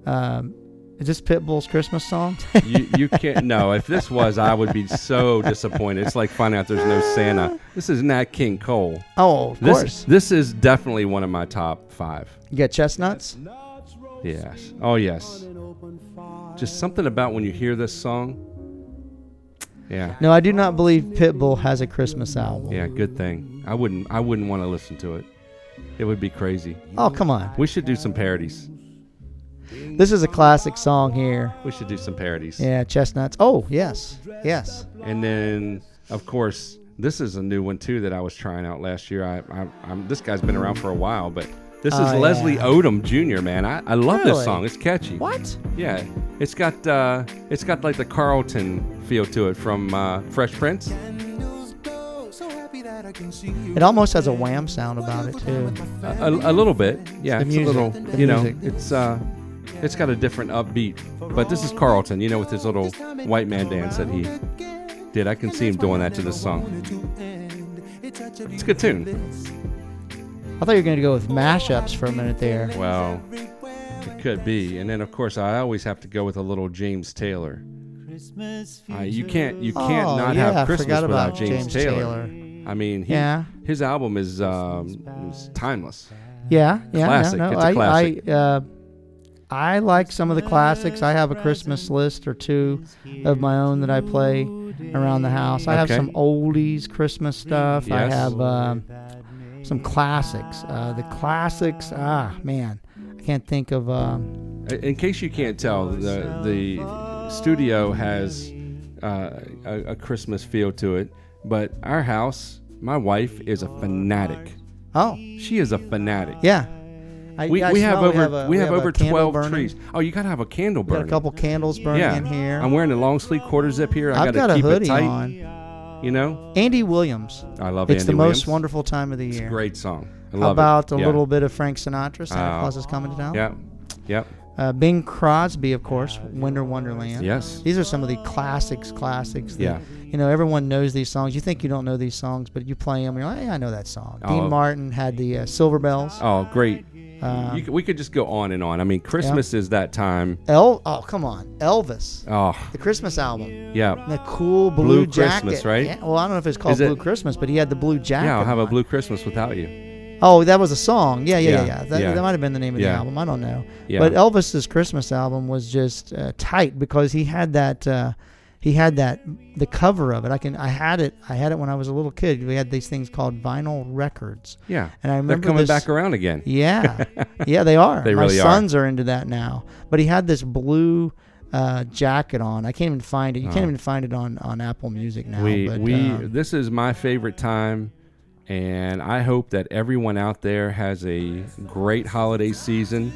Um, is this Pitbull's Christmas song?
to. You, you can't. No, if this was, I would be so disappointed. It's like finding out there's no Santa. This is Nat King Cole.
oh, of
This
course.
this is definitely one of my top five.
You got chestnuts.
Yes. Oh yes. Just something about when you hear this song. Yeah.
No, I do not believe Pitbull has a Christmas album.
Yeah, good thing. I wouldn't I wouldn't want to listen to it. It would be crazy.
Oh, come on.
We should do some parodies.
This is a classic song here.
We should do some parodies.
Yeah, chestnuts. Oh, yes. Yes.
And then of course, this is a new one too that I was trying out last year. I, I I'm this guy's been around for a while, but this is
Oh,
Leslie
yeah.
Odom Jr., man. I, I love
Really?
this song. It's catchy.
What?
Yeah, it's got uh, it's got like the Carlton feel to it from uh, Fresh Prince.
It almost has a wham sound about it too.
A, a, a little bit, yeah.
The
it's
music,
a little,
the
you know,
music.
it's uh, it's got a different upbeat. But this is Carlton, you know, with his little white man dance that he did. I can see him doing that to this song. It's a good tune.
I thought you were going to go with mashups for a minute there.
Well, it could be. And then of course I always have to go with a little James Taylor. Uh, you can't you can't
oh,
not
yeah,
have
I
Christmas
forgot
without
about James, Taylor.
I mean, he,
Yeah.
his album is, um, is timeless.
Yeah, yeah,
Classic.
no, no.
It's a
I,
classic.
I, uh, I like some of the classics. I have a Christmas list or two of my own that I play around the house. I have
Okay.
some oldies Christmas stuff. I
Yes.
have um, some classics. Uh, the classics, ah, man, I can't think of. Um,
I- In case you can't tell, the the studio has uh, a, a Christmas feel to it, but our house, my wife is a fanatic.
oh,
She is a fanatic.
yeah. I,
we,
I
we have
smell
over we have,
a- a
over
candle
twelve
burning.
trees. Oh, you gotta have a candle
Got
burning.
a couple candles burning
yeah,
in here.
I'm wearing a long sleeve quarter zip here. I gotta
I've got a
keep
hoodie
it tight.
on.
You know,
Andy Williams.
I love
It's
Andy
the
Williams.
most wonderful time of the year.
Great song. I
How
love it.
about a
Yeah.
little bit of Frank Sinatra? Santa
Oh.
Claus is coming to town.
Yeah, yep,
Uh, Bing Crosby, of course. Winter Wonderland.
yes.
These are some of the classics, classics. that,
Yeah.
You know, everyone knows these songs. You think you don't know these songs, but you play them. You're like, hey, I know that song.
Oh.
Dean Martin had the uh, Silver Bells.
Oh, great.
Um,
you, c- we could just go on and on. I mean, Christmas is that time.
El- oh, come on. Elvis.
Oh,
The Christmas album.
yeah.
The cool blue,
Blue
jacket.
Christmas, right?
Yeah, well, I don't know if it's called
Is it-
Blue Christmas, but he had the blue jacket.
Yeah, I'll have a
on.
blue Christmas without you.
Oh, that was a song. Yeah, yeah, yeah.
Yeah,
yeah. That,
yeah.
that might have been the name of the
Yeah.
album. I don't know.
Yeah.
But Elvis's Christmas album was just uh, tight because he had that. Uh, he had that the cover of it. I can. I had it. I had it when I was a little kid. We had these things called vinyl records.
Yeah.
And I
They're
remember
coming
this-
back around again.
Yeah, yeah, they are.
They
My
really are.
sons are. into that now. But he had this blue uh, jacket on. I can't even find it. You can't even find it on, on Apple Music now.
Oh. we
but,
we
um,
this is my favorite time and i hope that everyone out there has a great holiday season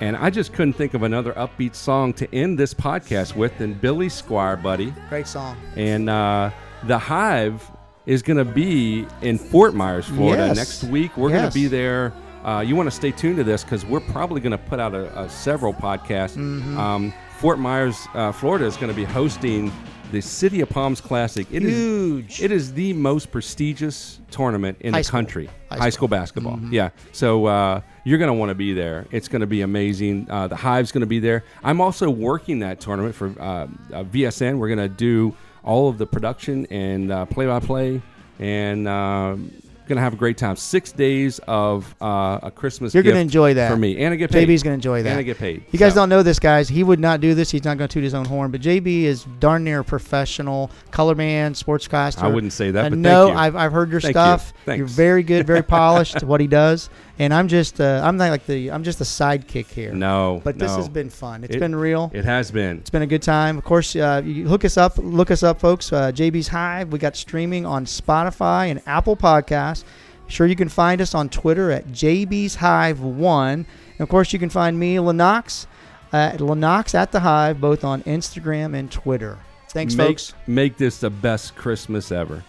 and i just couldn't think of another upbeat song to end this podcast with than billy squire buddy
great song.
and uh, the hive is going to be in fort myers florida
Yes.
next week we're going
Yes.
to be there uh, you want to stay tuned to this because we're probably going to put out a, a several podcasts
Mm-hmm.
um, fort myers uh, florida is going to be hosting the city of palms classic It is
Huge.
it is the most prestigious tournament in
High
the
school.
country.
High
High,
school. Mm-hmm.
school, basketball. Yeah. So uh, you're going to want to be there. It's going to be amazing. Uh, the Hive's going to be there. I'm also working that tournament for uh, uh, VSN. We're going to do all of the production and uh, play-by-play, and uh, going to have a great time. Six days of uh, a Christmas.
You're gonna
gift
enjoy that.
for me, and I get paid.
JB's gonna enjoy that.
And I get paid.
You guys
So-
don't know this, guys. He would not do this. He's not going to toot his own horn. But JB is darn near a professional color man, sportscaster.
I wouldn't say that,
Uh,
but
no,
thank you.
I've, I've heard your
Thank you.
stuff. You're
Thanks.
very good, very polished. What he does, and I'm just uh, I'm not like the I'm just a sidekick here.
No,
but this
no.
has been fun. It's
It-
been real.
It has been.
It's been a good time. Of course, uh, you hook us up, look us up, folks. Uh, JB's Hive. We got streaming on Spotify and Apple Podcasts. Sure, you can find us on Twitter at JB's Hive One. And of course, you can find me, Lennox, at Lennox at the Hive, both on Instagram and Twitter. Thanks,
make,
folks.
Make this the best Christmas ever.